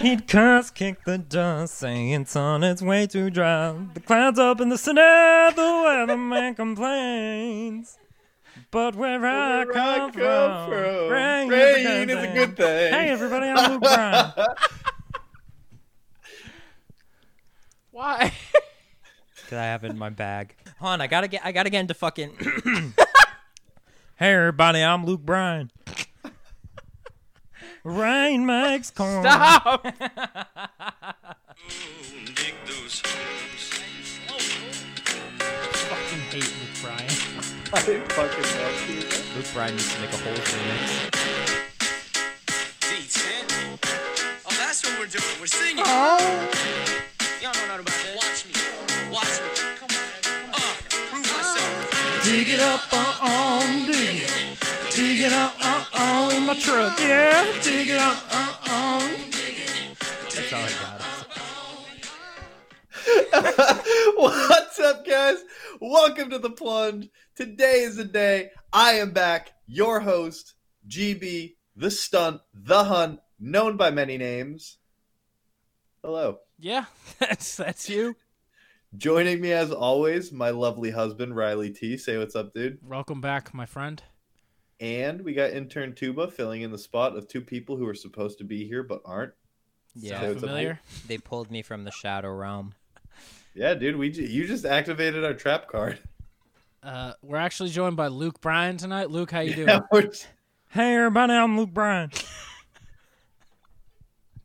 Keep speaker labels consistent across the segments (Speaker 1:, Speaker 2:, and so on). Speaker 1: He'd curse, kick the dust, saying sun it's way too dry. The clouds up in the center, the weatherman complains. But where, I,
Speaker 2: Where I
Speaker 1: come
Speaker 2: come
Speaker 3: Oh,
Speaker 1: from,
Speaker 2: from,
Speaker 1: rain,
Speaker 2: rain is a good thing.
Speaker 1: Hey everybody, I'm Luke Bryan.
Speaker 3: Why?
Speaker 1: Cause I have it in my bag. Hold on, I gotta get I gotta get into fucking Hey everybody, I'm Luke Bryan. Rain makes corn.
Speaker 3: Stop.
Speaker 4: Dig those holes.
Speaker 3: fucking hate Luke Bryan.
Speaker 2: I fucking love you.
Speaker 1: Luke Bryan needs to make a whole remix.
Speaker 4: Beats, man. Oh, that's what we're doing. We're singing. Y'all know nothing about that. Watch me. Watch me. Come on. Uh, prove myself.
Speaker 1: Dig it up, uh on, dig it. Dig it up, uh on my truck, yeah. Dig it up, uh on. That's all I got.
Speaker 2: What's up, guys? Welcome to the plunge. Today is the day. I am back. Your host, GB, the stunt, the hun, known by many names. Hello.
Speaker 3: Yeah, that's that's you.
Speaker 2: Joining me as always, my lovely husband, Riley T. Say what's up, dude.
Speaker 3: Welcome back, my friend.
Speaker 2: And we got intern Tuba filling in the spot of two people who are supposed to be here but aren't.
Speaker 1: Yeah,
Speaker 2: So-
Speaker 3: Sound
Speaker 2: it's a-
Speaker 3: familiar?
Speaker 1: they pulled me from the shadow realm.
Speaker 2: Yeah, dude, we ju- you just activated our trap card.
Speaker 3: Uh, we're actually joined by Luke Bryan tonight. Luke, how you
Speaker 2: Yeah,
Speaker 3: doing?
Speaker 2: we're-
Speaker 1: Hey everybody, I'm Luke Bryan.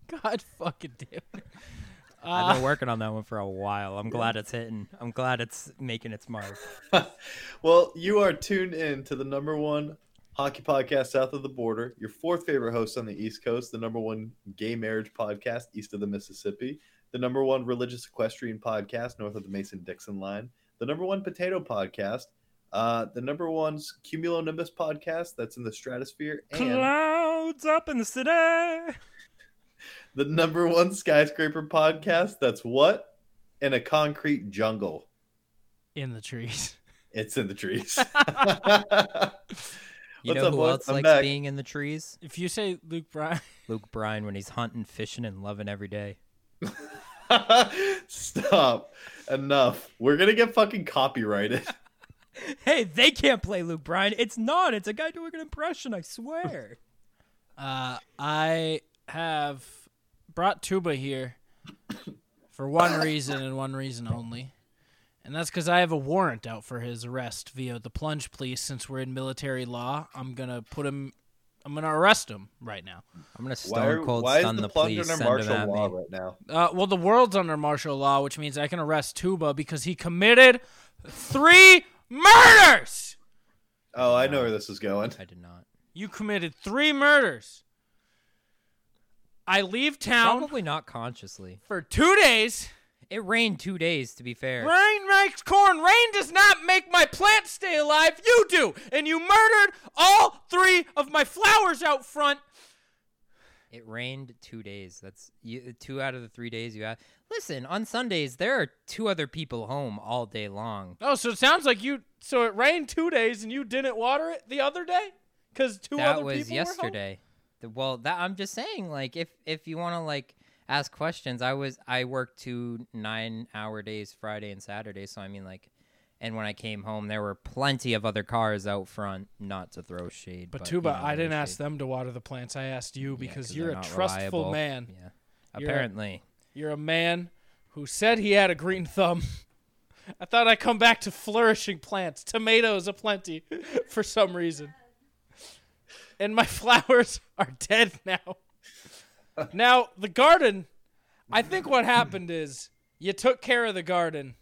Speaker 3: God fucking damn. it.
Speaker 1: I've
Speaker 3: Uh,
Speaker 1: been working on that one for a while. I'm glad it's hitting. I'm glad it's making its mark.
Speaker 2: Well, you are tuned in to the number one hockey podcast south of the border, your fourth favorite host on the East Coast, the number one gay marriage podcast east of the Mississippi, the number one religious equestrian podcast north of the Mason Dixon line, the number one potato podcast, uh, the number one cumulonimbus podcast that's in the stratosphere, and
Speaker 1: Clouds up in the city.
Speaker 2: the number one skyscraper podcast that's what? In a concrete jungle.
Speaker 3: in the trees.
Speaker 2: It's in the trees.
Speaker 1: You
Speaker 2: What's
Speaker 1: know
Speaker 2: up,
Speaker 1: who
Speaker 2: boys?
Speaker 1: else
Speaker 2: I'm
Speaker 1: likes
Speaker 2: back.
Speaker 1: being in the trees?
Speaker 3: If you say Luke Bryan,
Speaker 1: Luke Bryan when he's hunting, fishing, and loving every day.
Speaker 2: Stop. Enough. We're gonna get fucking copyrighted.
Speaker 1: Hey, they can't play Luke Bryan. It's not. It's a guy doing an impression. I swear.
Speaker 3: uh, I have brought Tuba here for one reason and one reason only, and that's because I have a warrant out for his arrest via the plunge police. Since we're in military law, I'm gonna put him. I'm gonna arrest him right now.
Speaker 1: I'm gonna
Speaker 2: Why, are,
Speaker 1: stone cold
Speaker 2: why is
Speaker 1: stun
Speaker 2: the
Speaker 1: the
Speaker 2: plunge
Speaker 1: police.
Speaker 2: under
Speaker 1: Send him
Speaker 2: martial
Speaker 1: at
Speaker 2: law
Speaker 1: me.
Speaker 2: right now?
Speaker 3: Uh, well, the world's under martial law, which means I can arrest Tuba because he committed three murders.
Speaker 2: Oh, I know where this is going.
Speaker 1: I did not.
Speaker 3: You committed three murders. I leave town
Speaker 1: Probably not consciously.
Speaker 3: for two days.
Speaker 1: It rained two days. To be fair.
Speaker 3: Rain makes corn. Rain does not make my plants stay alive. You do. And you murdered all three of my flowers out front.
Speaker 1: It rained two days. That's you, two out of the three days you had. Listen, on Sundays there are two other people home all day long.
Speaker 3: Oh, so it sounds like you. So it rained two days and you didn't water it the other day? Because two other
Speaker 1: that
Speaker 3: people
Speaker 1: was
Speaker 3: were home?
Speaker 1: yesterday. The- Well, that I'm just saying, like if if you want to like ask questions, I was I worked two nine hour days Friday and Saturday, so I mean like, and when I came home there were plenty of other cars out front. Not to throw shade,
Speaker 3: But,
Speaker 1: but
Speaker 3: Tuba,
Speaker 1: you know,
Speaker 3: I
Speaker 1: there
Speaker 3: didn't
Speaker 1: is
Speaker 3: ask
Speaker 1: shade.
Speaker 3: them to water the plants. I asked you
Speaker 1: Yeah,
Speaker 3: because
Speaker 1: 'cause
Speaker 3: you're
Speaker 1: they're
Speaker 3: a
Speaker 1: not
Speaker 3: trustful
Speaker 1: reliable.
Speaker 3: man.
Speaker 1: Yeah,
Speaker 3: You're a-
Speaker 1: apparently.
Speaker 3: You're a man who said he had a green thumb. I thought I'd come back to flourishing plants, tomatoes aplenty, for some reason. And my flowers are dead now. Now, the garden, I think what happened is you took care of the garden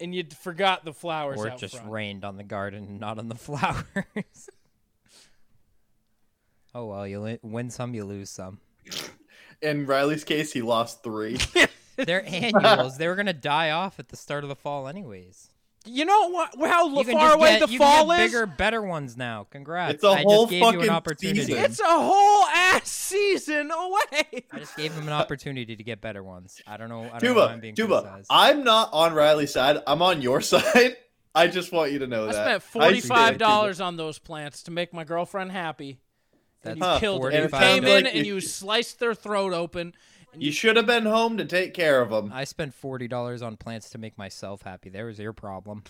Speaker 3: and you forgot the flowers
Speaker 1: Or it
Speaker 3: out
Speaker 1: just
Speaker 3: front.
Speaker 1: rained on the garden and not on the flowers. oh well, you li- win some, you lose some.
Speaker 2: In Riley's case, he lost three.
Speaker 1: They're annuals. they were gonna die off at the start of the fall, anyways.
Speaker 3: You know what, how
Speaker 1: You can
Speaker 3: far
Speaker 1: just
Speaker 3: away
Speaker 1: get-
Speaker 3: the
Speaker 1: you can
Speaker 3: fall
Speaker 1: get
Speaker 3: is?
Speaker 1: Bigger, better ones now. Congrats!
Speaker 2: It's a
Speaker 1: I
Speaker 2: whole
Speaker 1: just gave you
Speaker 2: fucking
Speaker 1: an opportunity.
Speaker 2: season.
Speaker 3: It's a whole ass season away.
Speaker 1: I just gave him an opportunity to get better ones. I don't know. I don't know why I'm
Speaker 2: Tuba,
Speaker 1: being
Speaker 2: Tuba,
Speaker 1: criticized.
Speaker 2: I'm not on Riley's side. I'm on your side. I just want you to know that.
Speaker 3: I spent
Speaker 2: I see it,
Speaker 3: forty-five
Speaker 2: Tuba.
Speaker 3: dollars on those plants to make my girlfriend happy,
Speaker 1: That's
Speaker 3: you killed them. You
Speaker 1: 45
Speaker 3: came
Speaker 2: Like,
Speaker 3: in and
Speaker 2: you-
Speaker 3: you sliced their throat open.
Speaker 2: You should have been home to take care of them.
Speaker 1: I spent forty dollars on plants to make myself happy. There was your problem.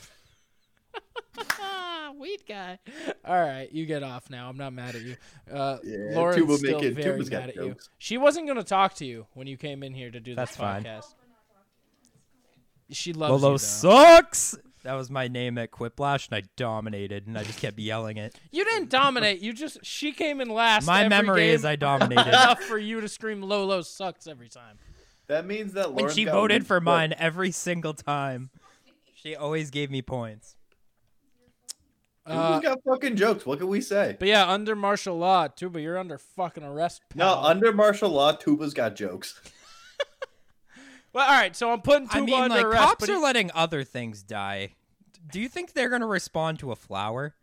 Speaker 3: Ah, weed guy. All right, you get off now. I'm not mad at you. Uh,
Speaker 2: Yeah,
Speaker 3: Lauren's
Speaker 2: Tuba
Speaker 3: still
Speaker 2: making-
Speaker 3: very
Speaker 2: Tuba's got
Speaker 3: mad at you.
Speaker 2: jokes.
Speaker 3: She wasn't going to talk to you when you came in here to do this
Speaker 1: That's fine.
Speaker 3: podcast. She loves
Speaker 1: Lolo
Speaker 3: you. though.
Speaker 1: sucks. That was my name at Quiplash, and I dominated, and I just kept yelling it.
Speaker 3: You didn't dominate. You just she came in last.
Speaker 1: My
Speaker 3: every
Speaker 1: memory
Speaker 3: game,
Speaker 1: is I dominated.
Speaker 3: enough for you to scream Lolo sucks every time.
Speaker 2: That means that Lauren
Speaker 1: and she
Speaker 2: got one
Speaker 1: voted for
Speaker 2: vote.
Speaker 1: mine every single time. She always gave me points.
Speaker 3: Uh,
Speaker 2: Tuba's
Speaker 1: uh,
Speaker 2: got fucking jokes. What can we say?
Speaker 3: but yeah, under martial law, Tuba, you're under fucking arrest.
Speaker 2: No, uh,
Speaker 3: pal.
Speaker 2: under martial law, Tuba's got jokes.
Speaker 3: well, all right. So I'm putting Tuba
Speaker 1: I mean,
Speaker 3: under
Speaker 1: like
Speaker 3: arrest.
Speaker 1: cops
Speaker 3: but
Speaker 1: are
Speaker 3: he-
Speaker 1: letting other things die. Do you think they're gonna respond to a flower?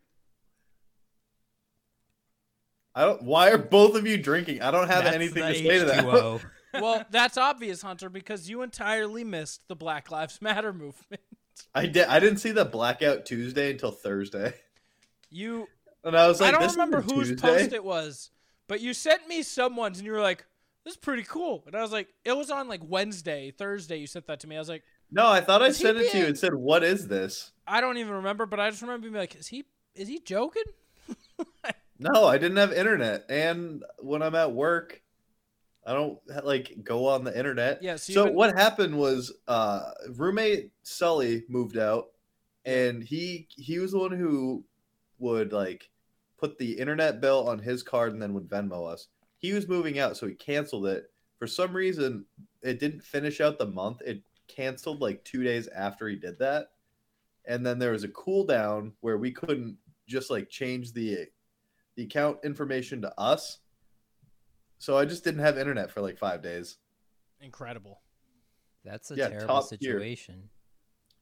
Speaker 2: I don't. Why are both of you drinking? I don't have
Speaker 1: That's
Speaker 2: anything
Speaker 1: the
Speaker 2: to say to that.
Speaker 1: H2O.
Speaker 3: well, that's obvious, Hunter, because you entirely missed the Black Lives Matter movement.
Speaker 2: I did. I didn't see the blackout Tuesday until Thursday,
Speaker 3: You,
Speaker 2: and I was like,
Speaker 3: I don't
Speaker 2: this
Speaker 3: remember
Speaker 2: isn't
Speaker 3: whose
Speaker 2: Tuesday.
Speaker 3: post it was, but you sent me someone's, and you were like, "This is pretty cool," and I was like, "It was on like Wednesday, Thursday." You sent that to me. I was like,
Speaker 2: No, I thought I
Speaker 3: Is he
Speaker 2: sent it to you
Speaker 3: being-
Speaker 2: and said, "What is this?"
Speaker 3: "I don't even remember," but I just remember being like, "Is he? Is he joking?"
Speaker 2: No, I didn't have internet, and when I'm at work, I don't like go on the internet.
Speaker 3: Yeah, so
Speaker 2: So,
Speaker 3: you've been-
Speaker 2: what happened was, uh, roommate Sully moved out, and he he was the one who would like put the internet bill on his card and then would Venmo us. He was moving out, so he canceled it. For some reason, it didn't finish out the month. It canceled like two days after he did that, and then there was a cool down where we couldn't just like change the the account information to us. So I just didn't have internet for like five days.
Speaker 3: Incredible.
Speaker 1: That's a
Speaker 2: Yeah,
Speaker 1: terrible
Speaker 2: top tier.
Speaker 1: situation.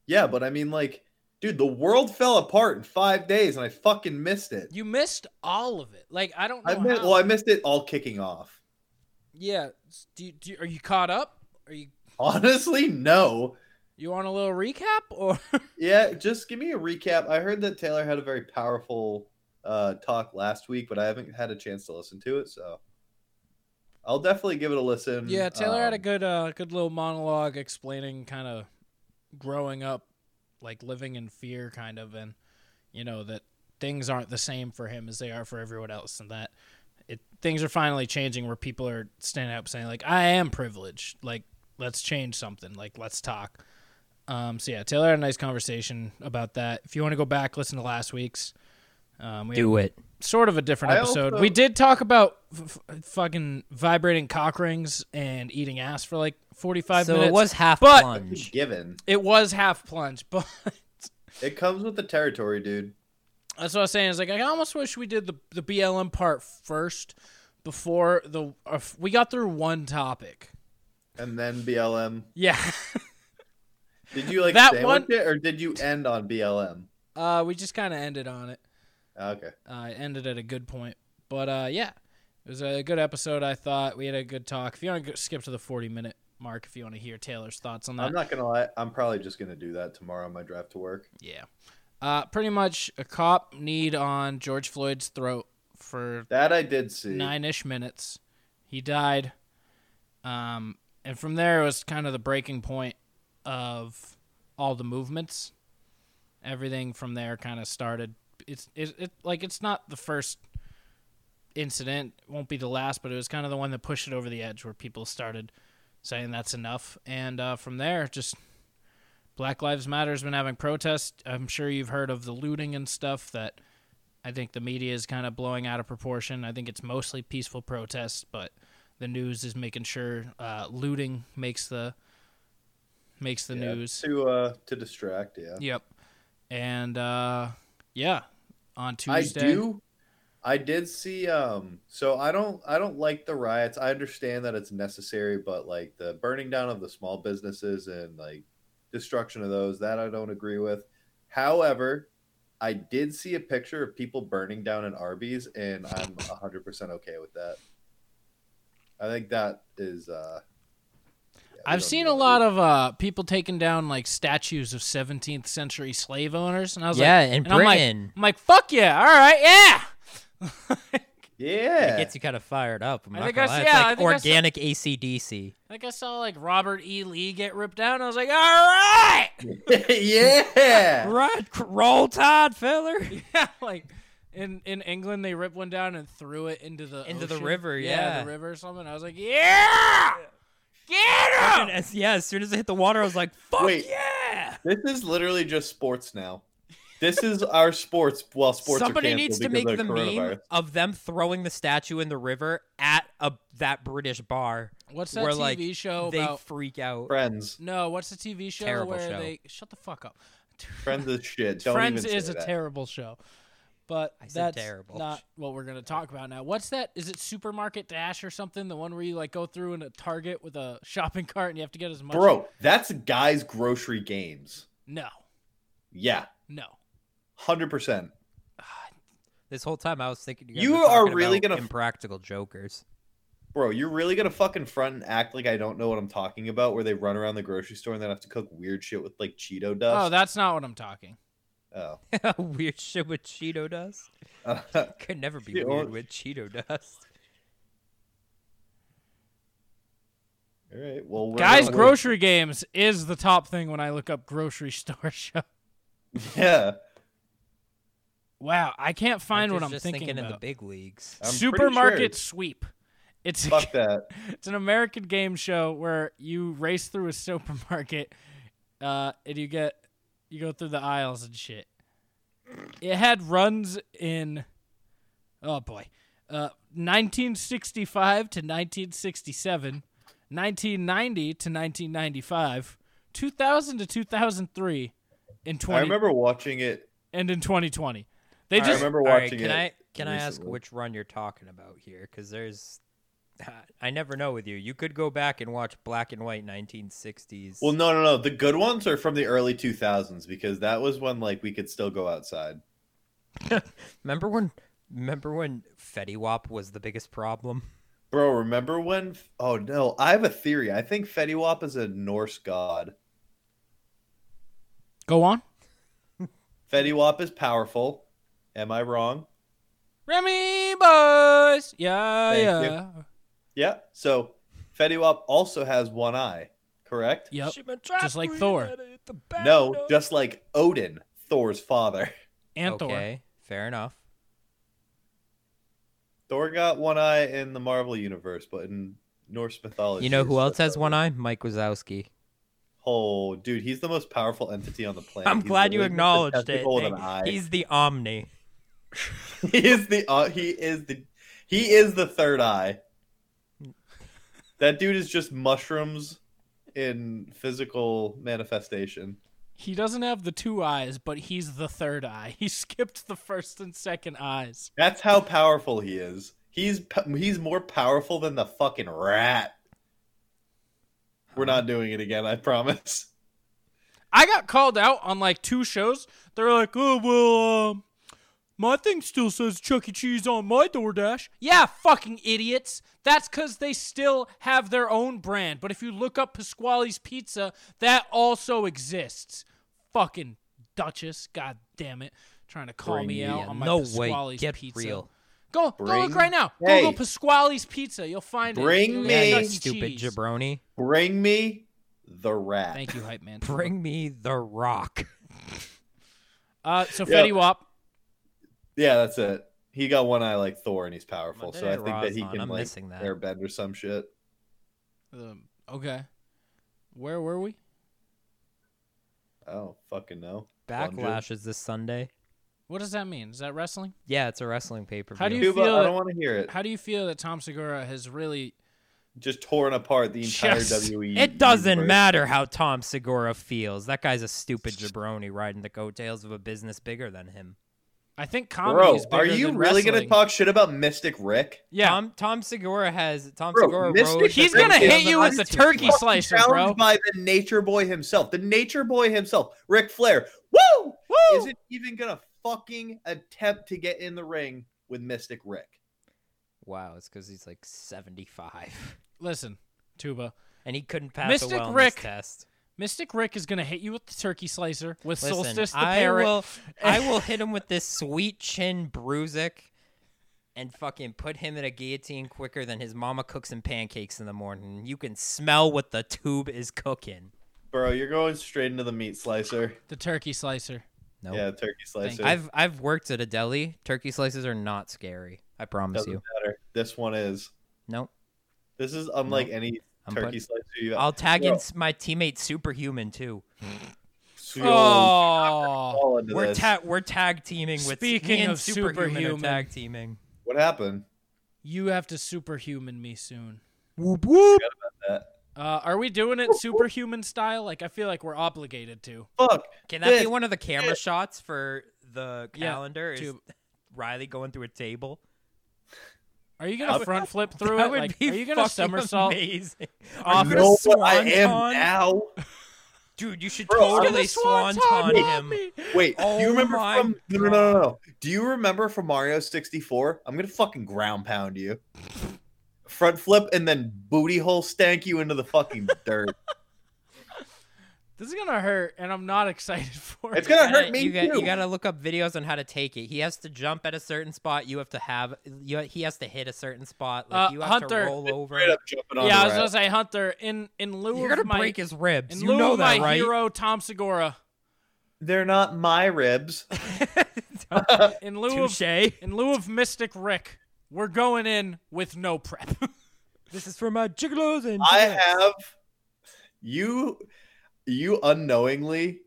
Speaker 2: Yeah, but I mean, like, dude, the world fell apart in five days, and I fucking missed it.
Speaker 3: You missed all of it. Like I don't know.
Speaker 2: I mi-
Speaker 3: how.
Speaker 2: well, I missed it all kicking off.
Speaker 3: yeah. s- Do you, do you- are you caught up? Are you
Speaker 2: Honestly, no.
Speaker 3: you on a little recap or?
Speaker 2: Yeah, just give me a recap. I heard that Taylor had a very powerful uh, talk last week, but I haven't had a chance to listen to it, so I'll definitely give it a listen.
Speaker 3: Yeah, Taylor had a
Speaker 2: Um,
Speaker 3: good uh good little monologue explaining kind of growing up like living in fear kind of and you know that things aren't the same for him as they are for everyone else and that it things are finally changing where people are standing up saying like I am privileged like let's change something like let's talk um so yeah Taylor had a nice conversation about that if you want to go back listen to last week's um we had
Speaker 1: Do it.
Speaker 3: sort of a different
Speaker 2: I
Speaker 3: episode.
Speaker 2: also-
Speaker 3: we did talk about f- f- fucking vibrating cock rings and eating ass for like 45
Speaker 1: so
Speaker 3: minutes.
Speaker 1: it was half
Speaker 3: but-
Speaker 1: plunge.
Speaker 2: given.
Speaker 3: it was half plunge, but
Speaker 2: It comes with the territory, dude.
Speaker 3: that's what I was saying. Is like I almost wish we did the the BLM part first before the uh, we got through one topic.
Speaker 2: And then BLM.
Speaker 3: Yeah.
Speaker 2: Did you like
Speaker 3: That
Speaker 2: sandwich
Speaker 3: one-
Speaker 2: it, or did you end on BLM?
Speaker 3: Uh we just kind of ended on it.
Speaker 2: Ah, Okay.
Speaker 3: Uh, it ended at a good point. But uh, yeah, it was a good episode. I thought we had a good talk. If you want to skip to the forty minute mark, if you want to hear Taylor's thoughts on that,
Speaker 2: I'm not gonna lie. I'm probably just gonna do that tomorrow on my drive to work.
Speaker 3: Yeah. Uh, pretty much a cop need on George Floyd's throat for
Speaker 2: That I did see.
Speaker 3: nine ish minutes. He died. Um, and from there, it was kind of the breaking point of all the movements. Everything from there kind of started. It's it, it like it's not the first incident, won't be the last, but it was kind of the one that pushed it over the edge where people started saying that's enough. And uh, from there, just Black Lives Matter has been having protests. I'm sure you've heard of the looting and stuff that I think the media is kind of blowing out of proportion. I think it's mostly peaceful protests, but the news is making sure uh, looting makes the makes the
Speaker 2: Yeah,
Speaker 3: news.
Speaker 2: to uh to distract. Yeah.
Speaker 3: Yep. And uh, yeah, on
Speaker 2: I
Speaker 3: Tuesday.
Speaker 2: do. I did see. Um. So I don't. I don't like the riots. I understand that it's necessary, but like the burning down of the small businesses and like destruction of those that I don't agree with. However, I did see a picture of people burning down an Arby's, and I'm 100 percent okay with that. I think that is. uh yeah, we
Speaker 3: I've
Speaker 2: don't
Speaker 3: seen
Speaker 2: need
Speaker 3: a
Speaker 2: to-
Speaker 3: lot of uh, people taking down like statues of 17th century slave owners, and I was
Speaker 1: Yeah,
Speaker 3: like,
Speaker 1: in
Speaker 3: and I'm like-
Speaker 1: Britain.
Speaker 3: I'm like, fuck yeah, all right, yeah.
Speaker 2: Yeah.
Speaker 1: It gets you kind of fired up. I'm
Speaker 3: I
Speaker 1: not
Speaker 3: think
Speaker 1: gonna
Speaker 3: I s-
Speaker 1: lie. It's
Speaker 3: yeah, I
Speaker 1: like
Speaker 3: think I saw-
Speaker 1: organic ACDC.
Speaker 3: I think I saw like Robert E. Lee get ripped down. I was like, all right,
Speaker 2: yeah.
Speaker 1: Right, roll tide, feller.
Speaker 3: yeah. Like in in England, they ripped one down and threw it into the
Speaker 1: Into the
Speaker 3: ocean.
Speaker 1: river, yeah.
Speaker 3: the river or something. I was like, yeah, get him.
Speaker 1: As, yeah, as soon as I hit the water, I was like, "Fuck
Speaker 2: Wait.
Speaker 1: yeah!"
Speaker 2: This is literally just sports now. This is our sports while sports
Speaker 1: Somebody
Speaker 2: are
Speaker 1: needs
Speaker 2: canceled
Speaker 1: to
Speaker 2: because
Speaker 1: make the
Speaker 2: of
Speaker 1: meme
Speaker 2: coronavirus.
Speaker 1: of them throwing the statue in the river at a that British bar.
Speaker 3: What's that
Speaker 1: where,
Speaker 3: TV
Speaker 1: like,
Speaker 3: show
Speaker 1: they
Speaker 3: about?
Speaker 1: freak out.
Speaker 2: Friends.
Speaker 3: no, what's the TV show
Speaker 1: Terrible
Speaker 3: where
Speaker 1: show.
Speaker 3: they shut the fuck up?
Speaker 2: Friends is shit. Don't
Speaker 3: Friends
Speaker 2: even say
Speaker 3: is a
Speaker 2: that.
Speaker 3: terrible show, but
Speaker 1: I said
Speaker 3: that's
Speaker 1: terrible.
Speaker 3: not what we're gonna talk about now. What's that? Is it Supermarket Dash or something? The one where you like go through in a Target with a shopping cart and you have to get as much.
Speaker 2: Bro, that's guys' grocery games.
Speaker 3: no,
Speaker 2: Yeah,
Speaker 3: no.
Speaker 2: hundred percent.
Speaker 1: This whole time, I was thinking guys
Speaker 2: You
Speaker 1: were talking
Speaker 2: are really
Speaker 1: about
Speaker 2: gonna-
Speaker 1: impractical jokers.
Speaker 2: Bro, you're really gonna fucking front and act like I don't know what I'm talking about, where they run around the grocery store and then have to cook weird shit with like Cheeto
Speaker 3: Oh,
Speaker 2: dust.
Speaker 3: that's not what I'm talking.
Speaker 2: Oh,
Speaker 1: weird shit with Cheeto dust. Could never be
Speaker 2: Yeah,
Speaker 1: weird
Speaker 2: or-
Speaker 1: with Cheeto dust.
Speaker 2: all right. Well, we're
Speaker 3: Guys,
Speaker 2: gonna-
Speaker 3: grocery games is the top thing when I look up grocery store show.
Speaker 2: Yeah,
Speaker 3: Wow, I can't find what
Speaker 1: just-
Speaker 3: I'm
Speaker 1: just
Speaker 3: thinking,
Speaker 1: in the
Speaker 3: about.
Speaker 1: big leagues.
Speaker 2: I'm pretty
Speaker 3: Supermarket
Speaker 2: sure.
Speaker 3: Sweep. It's a,
Speaker 2: Fuck that.
Speaker 3: it's an American game show where you race through a supermarket, uh, and you get you go through the aisles and shit. It had runs in, oh boy, uh, 1965 to 1967, 1990 to 1995, 2000 to 2003, and 20
Speaker 2: I remember watching it.
Speaker 3: and in 2020. They
Speaker 2: I
Speaker 3: just
Speaker 2: remember
Speaker 1: All right,
Speaker 2: watching
Speaker 1: can
Speaker 2: it
Speaker 1: I can I ask
Speaker 2: recently.
Speaker 1: which run you're talking about here? Because there's, I never know with you. You could go back and watch black and white 1960s.
Speaker 2: Well, no, no, no. The good ones are from the early 2000s because that was when like we could still go outside.
Speaker 1: remember when? Remember when Fetty Wap was the biggest problem?
Speaker 2: Bro, remember when? Oh no, I have a theory. I think Fetty Wap is a Norse god.
Speaker 3: go on.
Speaker 2: Fetty Wap is powerful. Am I wrong?
Speaker 3: Remy boys, yeah,
Speaker 2: Thank
Speaker 3: yeah,
Speaker 2: Yeah. So Fetty Wap also has one eye, correct?
Speaker 3: yep.
Speaker 1: She been trying
Speaker 3: Just
Speaker 1: to
Speaker 3: like
Speaker 1: read
Speaker 3: Thor.
Speaker 1: it at the back
Speaker 2: No,
Speaker 1: door.
Speaker 2: just like Odin, Thor's father.
Speaker 3: And Thor.
Speaker 1: okay, fair enough.
Speaker 2: Thor got one eye in the Marvel universe, but in Norse mythology.
Speaker 1: You know who
Speaker 2: it's
Speaker 1: else has
Speaker 2: just-
Speaker 1: one eye? Mike Wazowski.
Speaker 2: Oh, dude, he's the most powerful entity on the planet.
Speaker 1: I'm
Speaker 2: He's
Speaker 1: glad you
Speaker 2: literally just a
Speaker 1: acknowledged it.
Speaker 2: testicle with an
Speaker 1: Nick.
Speaker 2: eye.
Speaker 1: He's the Omni.
Speaker 2: he is the uh, he is the he is the third eye. That dude is just mushrooms in physical manifestation.
Speaker 3: He doesn't have the two eyes, but he's the third eye. He skipped the first and second eyes.
Speaker 2: That's how powerful he is. He's p- he's more powerful than the fucking rat. We're not doing it again, I promise.
Speaker 3: I got called out on like two shows. They're like, oh well, um, my thing still says Chuck E. Cheese on my DoorDash. Yeah, fucking idiots. That's because they still have their own brand. But if you look up Pasquale's Pizza, that also exists. Fucking Duchess, god damn it, trying to call
Speaker 2: Bring
Speaker 3: me
Speaker 2: it
Speaker 3: out
Speaker 1: Yeah,
Speaker 3: on my
Speaker 1: no way.
Speaker 3: Pasquale's
Speaker 1: Get
Speaker 3: Pizza.
Speaker 1: real.
Speaker 3: Go, go
Speaker 2: Bring-
Speaker 3: look right now.
Speaker 2: Hey.
Speaker 3: Google Pasquale's Pizza. You'll find it.
Speaker 2: Bring
Speaker 3: You'll
Speaker 2: me-
Speaker 1: Yeah, you
Speaker 3: get Chuck E.
Speaker 1: stupid
Speaker 3: Cheese.
Speaker 1: jabroni.
Speaker 2: Bring me the rat.
Speaker 3: Thank you, hype man.
Speaker 1: Bring me the rock.
Speaker 3: Uh, so
Speaker 2: Yeah.
Speaker 3: Fetty Wap.
Speaker 2: Yeah, that's it. He got one eye like Thor, and he's powerful. So
Speaker 1: Monday
Speaker 2: I think
Speaker 1: Night Raw's
Speaker 2: that he
Speaker 1: on.
Speaker 2: can
Speaker 1: I'm
Speaker 2: like
Speaker 1: missing that.
Speaker 2: airbend or some shit.
Speaker 3: Um, okay. Where were we?
Speaker 2: I don't fucking know. Plunger.
Speaker 1: Backlash is this Sunday.
Speaker 3: What does that mean? Is that wrestling?
Speaker 1: Yeah, it's a wrestling pay per view.
Speaker 3: How do you
Speaker 2: Cuba,
Speaker 3: feel
Speaker 2: I
Speaker 3: that-
Speaker 2: don't want to hear it.
Speaker 3: How do you feel that Tom Segura has really?
Speaker 2: Just torn apart the entire E
Speaker 3: Just-
Speaker 2: WWE.
Speaker 1: It doesn't
Speaker 2: universe.
Speaker 1: matter how Tom Segura feels. That guy's a stupid jabroni riding the coattails of a business bigger than him.
Speaker 3: I think comedy
Speaker 2: Bro,
Speaker 3: is bigger
Speaker 2: are you
Speaker 3: than
Speaker 2: really
Speaker 3: wrestling.
Speaker 2: gonna talk shit about Mystic Rick?
Speaker 3: Yeah,
Speaker 1: Tom, Tom Segura has Tom
Speaker 2: Bro,
Speaker 1: Segura
Speaker 2: Mystic
Speaker 1: rode.
Speaker 3: he's
Speaker 2: the
Speaker 3: gonna
Speaker 2: Rick
Speaker 3: hit
Speaker 2: is
Speaker 3: you
Speaker 2: not
Speaker 3: with a
Speaker 1: too
Speaker 3: turkey
Speaker 1: far.
Speaker 3: slicer, bro.
Speaker 2: Challenged by the Nature Boy himself, the Nature Boy himself, Ric Flair. Woo! Woo! Isn't even gonna fucking attempt to get in the ring with Mystic Rick.
Speaker 1: Wow, it's because he's like seventy-five,
Speaker 3: Listen, Tuba,
Speaker 1: and he couldn't pass
Speaker 3: Mystic
Speaker 1: a wellness
Speaker 3: Rick.
Speaker 1: test.
Speaker 3: Mystic Rick is gonna hit you with the turkey slicer with
Speaker 1: Listen,
Speaker 3: Solstice the
Speaker 1: I
Speaker 3: parrot.
Speaker 1: will, I will hit him with this sweet chin bruisic, and fucking put him in a guillotine quicker than his mama cooks some pancakes in the morning. You can smell what the tube is cooking.
Speaker 2: Bro, you're going straight into the meat slicer.
Speaker 3: The turkey slicer.
Speaker 1: No,
Speaker 2: Yeah, turkey slicer.
Speaker 1: I've I've worked at a deli. Turkey slices are not scary. I promise
Speaker 2: Doesn't
Speaker 1: you.
Speaker 2: matter. This one is.
Speaker 1: Nope.
Speaker 2: This is unlike any
Speaker 1: I'm
Speaker 2: turkey slicer you
Speaker 1: I'll tag in
Speaker 2: Yo.
Speaker 1: s- my teammate Superhuman too.
Speaker 2: so you'll
Speaker 3: Oh,
Speaker 2: fall into
Speaker 1: We're
Speaker 2: this.
Speaker 1: ta- we're tag teaming with
Speaker 3: Speaking
Speaker 1: me and
Speaker 3: of
Speaker 1: Superhuman, are
Speaker 3: Superhuman.
Speaker 1: tag teaming.
Speaker 2: what happened?
Speaker 3: you have to superhuman me soon.
Speaker 1: Whoop whoop.
Speaker 3: Uh, are we doing it superhuman style? Like I feel like we're obligated to.
Speaker 2: Fuck.
Speaker 1: Can that be
Speaker 2: This-
Speaker 1: one of the camera shots for the
Speaker 3: Yeah,
Speaker 1: calendar? is
Speaker 3: tube.
Speaker 1: Riley going through a table?
Speaker 3: Are you gonna
Speaker 2: That
Speaker 3: front flip through
Speaker 1: that
Speaker 3: it?
Speaker 1: would
Speaker 3: Like,
Speaker 1: be
Speaker 3: are you gonna
Speaker 1: fucking
Speaker 3: somersault?
Speaker 1: amazing.
Speaker 3: Are
Speaker 1: Are
Speaker 3: you
Speaker 1: you
Speaker 3: gonna
Speaker 1: gonna
Speaker 2: Know what I
Speaker 1: swan
Speaker 2: am
Speaker 1: ton?
Speaker 2: now.
Speaker 1: Dude, you should
Speaker 2: Bro, I'm
Speaker 1: totally swan ton him.
Speaker 2: Wait, do
Speaker 1: Oh
Speaker 2: you remember
Speaker 1: my
Speaker 2: from no, no no no no? Do you remember from Mario 64? I'm gonna fucking ground pound you. Front flip and then booty hole stank you into the fucking dirt.
Speaker 3: This is gonna hurt, and I'm not excited for
Speaker 2: It's
Speaker 3: it.
Speaker 2: gonna
Speaker 1: Gotta-
Speaker 2: hurt me
Speaker 1: you, got,
Speaker 2: too.
Speaker 1: you gotta look up videos on how to take it. He has to jump at a certain spot. You have to have. You, he has to hit a certain spot. Like
Speaker 3: Uh,
Speaker 1: you have
Speaker 3: Hunter,
Speaker 1: to roll over.
Speaker 2: Straight up jumping on
Speaker 3: yeah, I
Speaker 2: the
Speaker 3: was gonna
Speaker 2: rat.
Speaker 3: say Hunter. In in lieu
Speaker 1: You're
Speaker 3: of
Speaker 1: gonna
Speaker 3: my
Speaker 1: break his ribs.
Speaker 3: in
Speaker 1: You
Speaker 3: lieu
Speaker 1: know
Speaker 3: of
Speaker 1: that,
Speaker 3: my
Speaker 1: right?
Speaker 3: hero Tom Segura.
Speaker 2: They're not my ribs.
Speaker 3: In lieu of
Speaker 1: Touche.
Speaker 3: in lieu of Mystic Rick, we're going in with no prep.
Speaker 1: This is for my gigolos and.
Speaker 2: I
Speaker 1: gigolettes.
Speaker 2: have you you unknowingly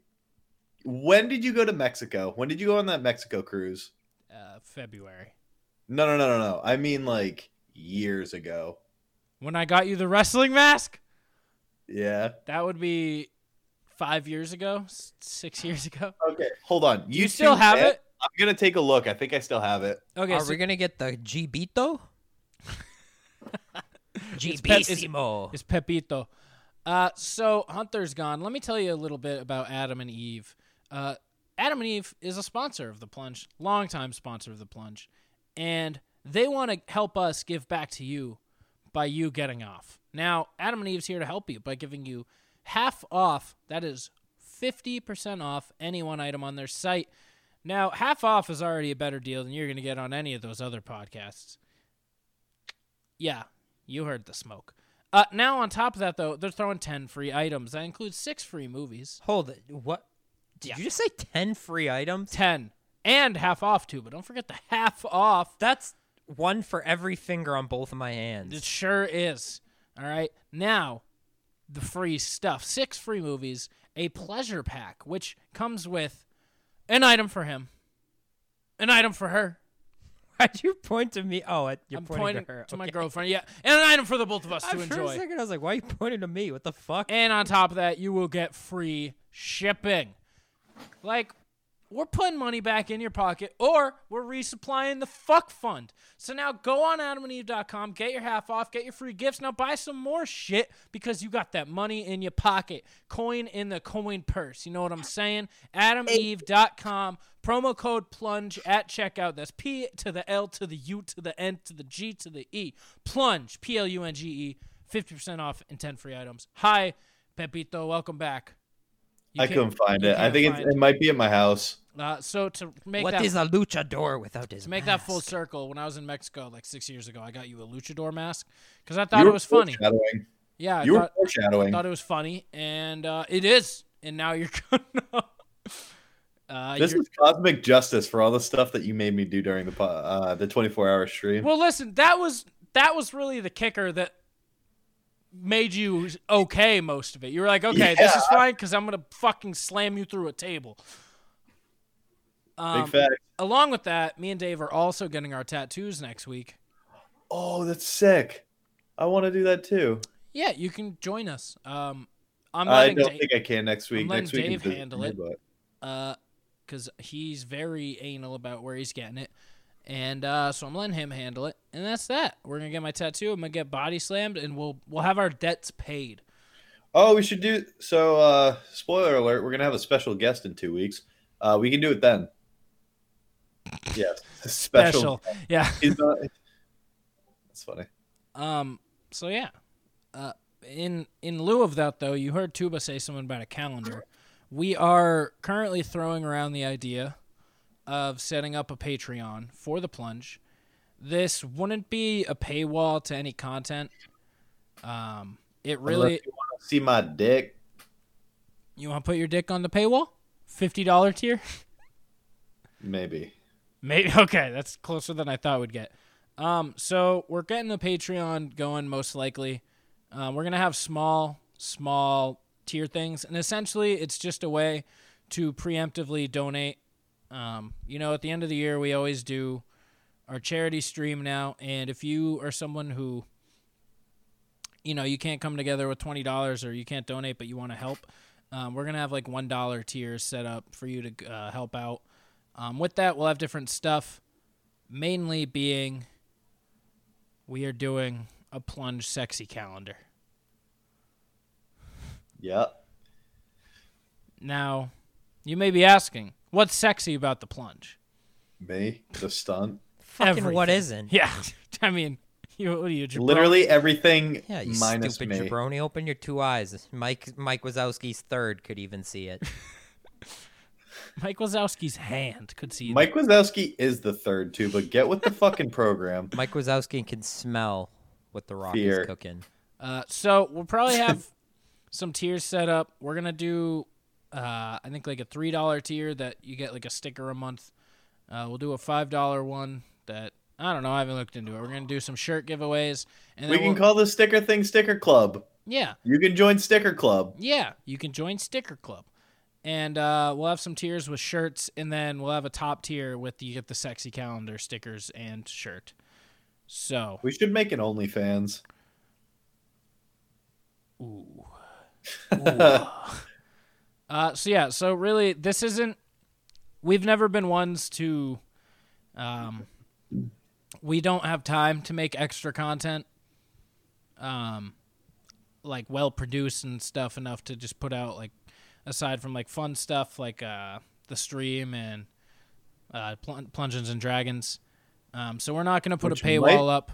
Speaker 2: when did you go to Mexico? When did you go on that Mexico cruise?
Speaker 3: uh, February
Speaker 2: No no no no no. I mean like years ago.
Speaker 3: when I got you the wrestling mask.
Speaker 2: Yeah.
Speaker 3: That would be five years ago, s- six years ago.
Speaker 2: Okay. Hold on.
Speaker 3: You, still have it?
Speaker 2: I'm gonna take a look. I think I still have it.
Speaker 3: Okay,
Speaker 1: Are
Speaker 3: so
Speaker 1: we gonna get the gibito?
Speaker 3: pep- it's-
Speaker 1: Gibissimo.
Speaker 3: It's Pepito. Uh, so Hunter's gone. Let me tell you a little bit about Adam and Eve. Uh, Adam and Eve is a sponsor of the Plunge, longtime sponsor of the Plunge, and they want to help us give back to you by you getting off. Now, Adam and Eve's here to help you by giving you half off. That is fifty percent off any one item on their site. Now, half off is already a better deal than you're going to get on any of those other podcasts. Yeah, you heard the smoke. Uh, now on top of that though, they're throwing ten free items. That includes six free movies.
Speaker 1: Hold it. What? Did
Speaker 3: Yeah.
Speaker 1: you just say ten free items?
Speaker 3: Ten. And half off too, but don't forget the half off.
Speaker 1: That's one for every finger on both of my hands.
Speaker 3: It sure is. All right. Now, the free stuff. Six free movies, a pleasure pack, which comes with an item for him. An item for her.
Speaker 1: Why'd you point to me? Oh, it- you're
Speaker 3: I'm
Speaker 1: pointing,
Speaker 3: pointing
Speaker 1: to her.
Speaker 3: my
Speaker 1: Okay.
Speaker 3: girlfriend. Yeah. And an item for the both of us
Speaker 1: I-
Speaker 3: to
Speaker 1: For a
Speaker 3: enjoy.
Speaker 1: second, I was like, "Why are you pointing to me? What the fuck?"
Speaker 3: And on top of that, you will get free shipping. Like, we're putting money back in your pocket or we're resupplying the fuck fund. So now go on adamandeve.com, get your half off, get your free gifts. Now buy some more shit because you got that money in your pocket. Coin in the coin purse. You know what I'm saying? adamandeve.com, promo code plunge at checkout. That's P to the L to the U to the N to the G to the E. Plunge, P L U N G E, 50% off and 10 free items. Hi, Pepito, welcome back. You
Speaker 2: I
Speaker 3: can't-
Speaker 2: couldn't find
Speaker 3: you
Speaker 2: it. I
Speaker 3: can't
Speaker 2: think
Speaker 3: find
Speaker 2: it's, it might be at my house.
Speaker 3: uh, so to make
Speaker 1: What
Speaker 3: that
Speaker 1: is a luchador without his
Speaker 3: to make that full
Speaker 1: mask?
Speaker 3: circle, when I was in Mexico like six years ago, I got you a luchador mask because I thought
Speaker 2: You
Speaker 3: it
Speaker 2: were
Speaker 3: was funny.
Speaker 2: foreshadowing.
Speaker 3: Yeah, I
Speaker 2: you were
Speaker 3: thought,
Speaker 2: foreshadowing.
Speaker 3: thought it was funny, and uh, it is. And now you're gonna. Know. Uh,
Speaker 2: This
Speaker 3: you're-
Speaker 2: is cosmic justice for all the stuff that you made me do during the po- uh, the 24 hour stream.
Speaker 3: well, listen, that was that was really the kicker that made you okay most of it. You were like, okay, this is fine because I'm gonna fucking slam you through a table. Um,
Speaker 2: Big fact.
Speaker 3: along with that, me and Dave are also getting our tattoos next week.
Speaker 2: Oh, that's sick. I want to do that too.
Speaker 3: Yeah, you can join us. Um, I'm
Speaker 2: I
Speaker 3: letting
Speaker 2: don't
Speaker 3: Dave
Speaker 2: think I can next week.
Speaker 3: I'm
Speaker 2: Next
Speaker 3: letting
Speaker 2: week
Speaker 3: Dave
Speaker 2: is busy
Speaker 3: handle
Speaker 2: for me,
Speaker 3: it.
Speaker 2: but-
Speaker 3: because he's very anal about where he's getting it, and uh, so I'm letting him handle it. And that's that. We're gonna get my tattoo. I'm gonna get body slammed, and we'll we'll have our debts paid.
Speaker 2: Oh, we should do so. Uh, spoiler alert: we're gonna have a special guest in two weeks. Uh, we can do it then. Yes, special.
Speaker 3: yeah.
Speaker 2: He's not- That's funny.
Speaker 3: Um. So yeah. Uh. In in lieu of that, though, you heard Tuba say something about a calendar. We are currently throwing around the idea of setting up a Patreon for the plunge. this wouldn't be a paywall to any content. Um, it really
Speaker 2: Unless you want to see my dick?
Speaker 3: you want to put your dick on the paywall? Fifty dollar tier?
Speaker 2: Maybe.
Speaker 3: Maybe okay, that's closer than I thought we'd get. Um, so we're getting the Patreon going most likely. Um, we're gonna have small, small tier things, and essentially it's just a way to preemptively donate. Um, you know, at the end of the year we always do our charity stream now, and if you are someone who you know you can't come together with twenty dollars or you can't donate but you want to help, um, we're gonna have like one dollar tiers set up for you to uh, help out. Um, with that, we'll have different stuff, mainly being we are doing a plunge sexy calendar.
Speaker 2: Yep.
Speaker 3: Now, you may be asking, what's sexy about the plunge?
Speaker 2: Me, the stunt.
Speaker 1: Fucking what
Speaker 3: Everything.
Speaker 1: isn't?
Speaker 3: Yeah, I mean, you, what are you, jabron?
Speaker 2: Literally everything
Speaker 1: Yeah, you
Speaker 2: minus
Speaker 1: stupid
Speaker 2: me.
Speaker 1: jabroni. Open your two eyes. Mike Mike Wazowski's third could even see it.
Speaker 3: Mike Wazowski's hand could see.
Speaker 2: Mike Wazowski is the third too, but get with the fucking program.
Speaker 1: Mike Wazowski can smell what the rock
Speaker 2: Fear.
Speaker 1: is cooking.
Speaker 3: Uh, so we'll probably have some tiers set up. We're gonna do, uh, I think like a three dollar tier that you get like a sticker a month. Uh, we'll do a five dollar one that I don't know. I haven't looked into it. We're gonna do some shirt giveaways, and then
Speaker 2: We can
Speaker 3: we'll-
Speaker 2: call the sticker thing sticker club.
Speaker 3: yeah,
Speaker 2: You can join sticker club.
Speaker 3: yeah. You can join Sticker Club, and uh, we'll have some tiers with shirts, and then we'll have a top tier with you get the sexy calendar stickers and shirt. So
Speaker 2: We should make an OnlyFans.
Speaker 3: Ooh. uh, so yeah, so really, this isn't. We've never been ones to. Um, we don't have time to make extra content. Um, like well produced and stuff enough to just put out like, aside from like fun stuff like uh the stream and, uh, plun Plungeons and Dragons. Um, so we're not gonna put
Speaker 2: Which
Speaker 3: a paywall
Speaker 2: might-
Speaker 3: up.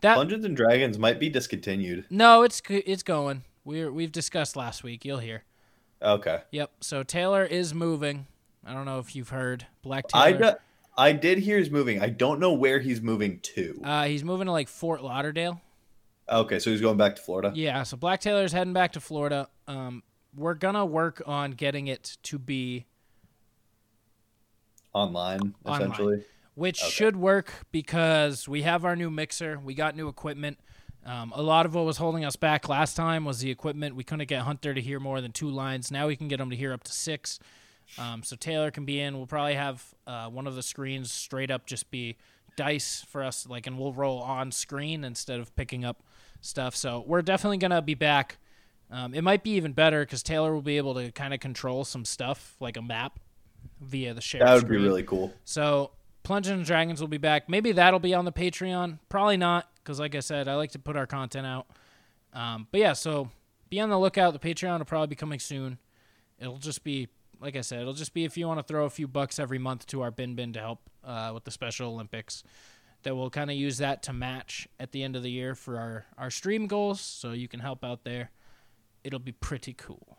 Speaker 3: That
Speaker 2: Dungeons and Dragons might be discontinued.
Speaker 3: no, it's g- it's going. We're we've discussed last week. You'll hear.
Speaker 2: Okay.
Speaker 3: Yep. So Taylor is moving. I don't know if you've heard Black
Speaker 2: I,
Speaker 3: Taylor.
Speaker 2: d- I did hear he's moving. I don't know where he's moving to.
Speaker 3: uh, he's moving to like Fort Lauderdale.
Speaker 2: Okay, so he's going back to Florida.
Speaker 3: Yeah. So Black Taylor's heading back to Florida. Um, we're gonna work on getting it to be,
Speaker 2: Online,
Speaker 3: Online.
Speaker 2: essentially.
Speaker 3: which should work because we have our new mixer. We got new equipment. Um, a lot of what was holding us back last time was the equipment. We couldn't get Hunter to hear more than two lines. Now we can get him to hear up to six. Um, so Taylor can be in. We'll probably have uh, one of the screens straight up just be dice for us, like, and we'll roll on screen instead of picking up stuff. So we're definitely gonna be back. Um, it might be even better because Taylor will be able to kind of control some stuff, like a map, via the shared.
Speaker 2: That would be
Speaker 3: screen.
Speaker 2: really cool.
Speaker 3: So Plungeon and Dragons will be back. Maybe that'll be on the Patreon. Probably not, because like I said, I like to put our content out. Um, but yeah, so be on the lookout. The Patreon will probably be coming soon. It'll just be, like I said, it'll just be if you want to throw a few bucks every month to our bin bin to help uh, with the Special Olympics. That we'll kind of use that to match at the end of the year for our our stream goals. So you can help out there. It'll be pretty cool.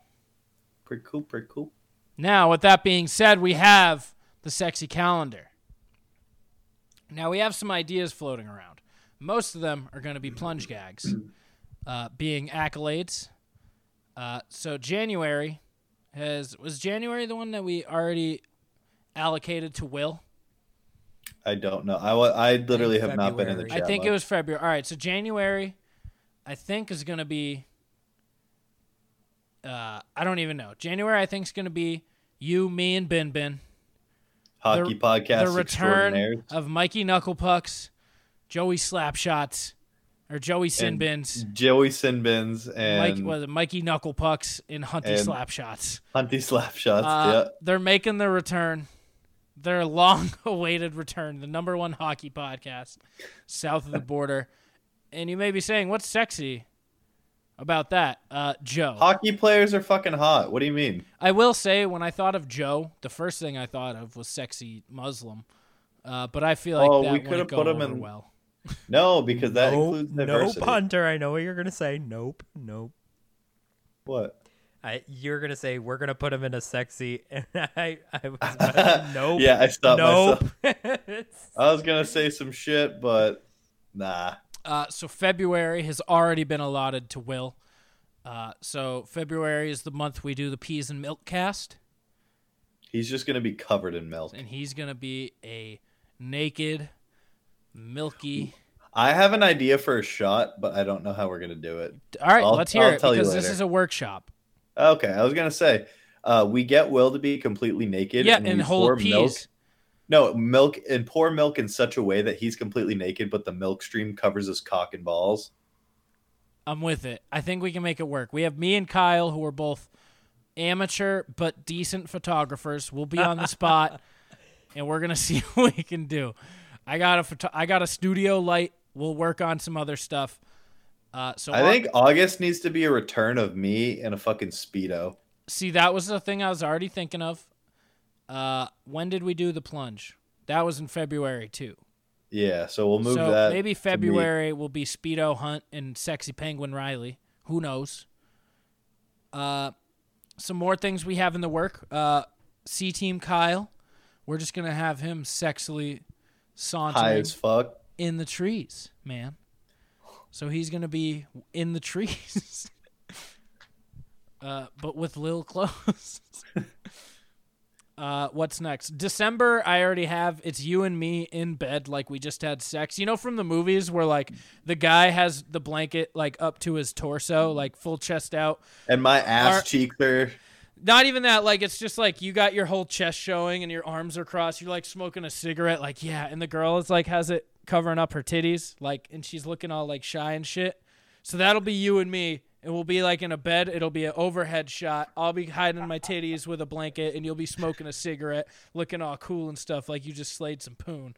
Speaker 2: Pretty cool, pretty cool.
Speaker 3: Now, with that being said, we have the sexy calendar. Now, we have some ideas floating around. Most of them are going to be plunge gags, uh, being accolades. Uh, so, January has. Was January the one that we already allocated to Will?
Speaker 2: I don't know. I, wa- I literally
Speaker 1: think
Speaker 2: have not been in the
Speaker 1: February.
Speaker 2: chat.
Speaker 1: Yeah,
Speaker 3: I think
Speaker 2: much.
Speaker 3: it was February. All right, so January, I think is gonna be. Uh, I don't even know. January, I think is gonna be you, me, and Bin Bin.
Speaker 2: hockey
Speaker 3: the-
Speaker 2: podcast.
Speaker 3: The return
Speaker 2: extraordinaires.
Speaker 3: of Mikey Knucklepucks, Joey Slapshots, or Joey
Speaker 2: And
Speaker 3: Sinbins,
Speaker 2: Joey Sinbins
Speaker 3: Mike
Speaker 2: and
Speaker 3: was it Mikey Knucklepucks, and Hunty
Speaker 2: and-
Speaker 3: Slapshots.
Speaker 2: Hunty Slapshots.
Speaker 3: Uh,
Speaker 2: yeah.
Speaker 3: They're making their return, their long-awaited return, the number one hockey podcast south of the border. And you may be saying, "What's sexy about that, uh, Joe?"
Speaker 2: Hockey players are fucking hot. What do you mean?
Speaker 3: I will say, when I thought of Joe, the first thing I thought of was sexy Muslim. Uh, but I feel like
Speaker 2: Oh,
Speaker 3: that
Speaker 2: we coulda
Speaker 3: wouldn't go
Speaker 2: put him
Speaker 3: over
Speaker 2: in-
Speaker 3: well.
Speaker 2: No, because that
Speaker 1: nope,
Speaker 2: includes diversity.
Speaker 1: Hunter. I know what you're gonna say. Nope, nope.
Speaker 2: What?
Speaker 1: I, you're gonna say we're gonna put him in a sexy, and I, I was about, nope.
Speaker 2: Yeah, I stopped
Speaker 1: nope.
Speaker 2: myself. I was gonna say some shit, but nah.
Speaker 3: Uh, so February has already been allotted to Will. Uh, so February is the month we do the peas and milk cast,
Speaker 2: He's just gonna be covered in milk.
Speaker 3: and he's gonna be a naked, milky.
Speaker 2: I have an idea for a shot, but I don't know how we're gonna do it.
Speaker 3: All right,
Speaker 2: I'll-
Speaker 3: let's hear
Speaker 2: I'll
Speaker 3: it
Speaker 2: tell you
Speaker 3: because this
Speaker 2: later.
Speaker 3: is a workshop.
Speaker 2: Okay, I was gonna say, uh, we get Will to be completely naked.
Speaker 3: yeah,
Speaker 2: we
Speaker 3: and whole
Speaker 2: pour
Speaker 3: peas.
Speaker 2: milk. No, milk and pour milk in such a way that he's completely naked, but the milk stream covers his cock and balls.
Speaker 3: I'm with it. I think we can make it work. We have me and Kyle, who are both amateur but decent photographers. We'll be on the spot, and we're gonna see what we can do. I got a photo- I got a studio light. We'll work on some other stuff. Uh, so
Speaker 2: I
Speaker 3: our-
Speaker 2: think August needs to be a return of me and a fucking speedo.
Speaker 3: see that was the thing I was already thinking of. Uh, when did we do the plunge? That was in February too.
Speaker 2: Yeah, so we'll move
Speaker 3: so
Speaker 2: that.
Speaker 3: maybe
Speaker 2: to me.
Speaker 3: February will be Speedo Hunt and Sexy Penguin Riley. Who knows? Uh, some more things we have in the work. Uh, C Team Kyle, we're just gonna have him sexily
Speaker 2: High
Speaker 3: sauntering
Speaker 2: as fuck.
Speaker 3: in the trees, man. So he's gonna be in the trees, uh, but with little clothes. uh, what's next? December. I already have. It's you and me in bed, like we just had sex. You know, from the movies where like the guy has the blanket like up to his torso, like full chest out.
Speaker 2: And my ass
Speaker 3: Our-
Speaker 2: cheeks are.
Speaker 3: Not even that. Like it's just like you got your whole chest showing and your arms are crossed. You're like smoking a cigarette. Like yeah, and the girl is like has it covering up her titties. Like and she's looking all like shy and shit. So that'll be you and me. It will be like in a bed. It'll be an overhead shot. I'll be hiding my titties with a blanket, and you'll be smoking a cigarette, looking all cool and stuff, like you just slayed some poon.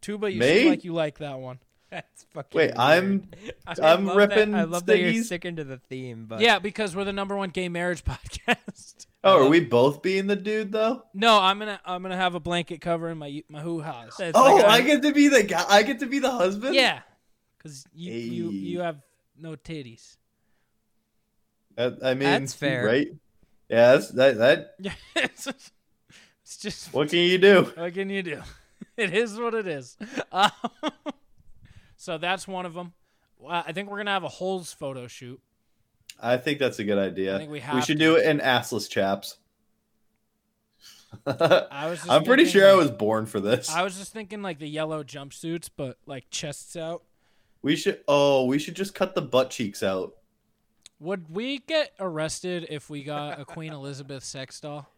Speaker 3: Tuba, you
Speaker 2: Me?
Speaker 3: seem like you like that one.
Speaker 1: That's fucking
Speaker 2: Wait,
Speaker 1: weird.
Speaker 2: I'm.
Speaker 1: I
Speaker 2: I'm
Speaker 1: love
Speaker 2: ripping
Speaker 1: That, I love that you're
Speaker 2: stickies.
Speaker 1: sticking to the theme,
Speaker 2: Uh,
Speaker 1: but
Speaker 3: Yeah, because we're the number one gay marriage podcast.
Speaker 2: Oh, are we both being the dude though?
Speaker 3: No, I'm gonna I'm gonna have a blanket covering my my hoo ha's.
Speaker 1: It's
Speaker 2: Oh,
Speaker 1: like
Speaker 2: I
Speaker 1: I'm-
Speaker 2: get to be the guy. I get to be the husband.
Speaker 3: Yeah, because you, you
Speaker 2: Hey.
Speaker 3: you have no titties.
Speaker 2: That- I mean,
Speaker 1: That's fair.
Speaker 2: right? Yeah, that's, that that.
Speaker 3: Yeah, it's, it's just what?
Speaker 2: What can you do?
Speaker 3: can you do? It is what it is. Um, so that's one of them. Well, I think we're gonna have a holes photo shoot.
Speaker 2: I think that's a good idea.
Speaker 3: I think we have
Speaker 2: should
Speaker 3: to.
Speaker 2: do it in assless chaps.
Speaker 3: I was. Just
Speaker 2: I'm pretty
Speaker 3: thinking,
Speaker 2: sure I
Speaker 3: like-
Speaker 2: was born for this.
Speaker 3: I was just thinking like the yellow jumpsuits, but like chests out.
Speaker 2: We should. Oh, we should just cut the butt cheeks out.
Speaker 3: Would we get arrested if we got a Queen Elizabeth sex doll?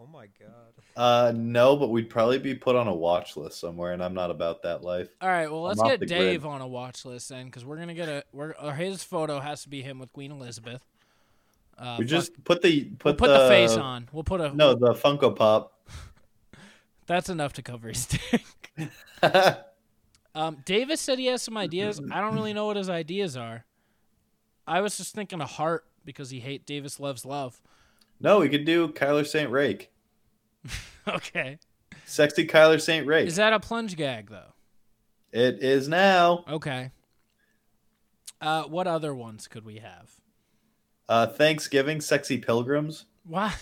Speaker 1: Oh my god.
Speaker 2: Uh, no, but we'd probably be put on a watch list somewhere, and I'm not about that life.
Speaker 3: All right, well let's
Speaker 2: off
Speaker 3: get
Speaker 2: the grid.
Speaker 3: Dave on a watch list then, because we're gonna get a. We're, or his photo has to be him with Queen Elizabeth. Uh,
Speaker 2: we
Speaker 3: fuck-
Speaker 2: just put the
Speaker 3: we'll
Speaker 2: put,
Speaker 3: put the, face on. We'll put a.
Speaker 2: No, the Funko Pop.
Speaker 3: that's enough to cover his dick. um, Davis said he has some ideas. I don't really know what his ideas are. I was just thinking a heart because he hate Davis loves love.
Speaker 2: no, we could do Kyler Saint Rake,
Speaker 3: Okay,
Speaker 2: sexy Kyler Saint Rake.
Speaker 3: is that a plunge gag though?
Speaker 2: it is now.
Speaker 3: Okay. Uh, what other ones could we have?
Speaker 2: Uh, Thanksgiving, sexy pilgrims,
Speaker 3: Why?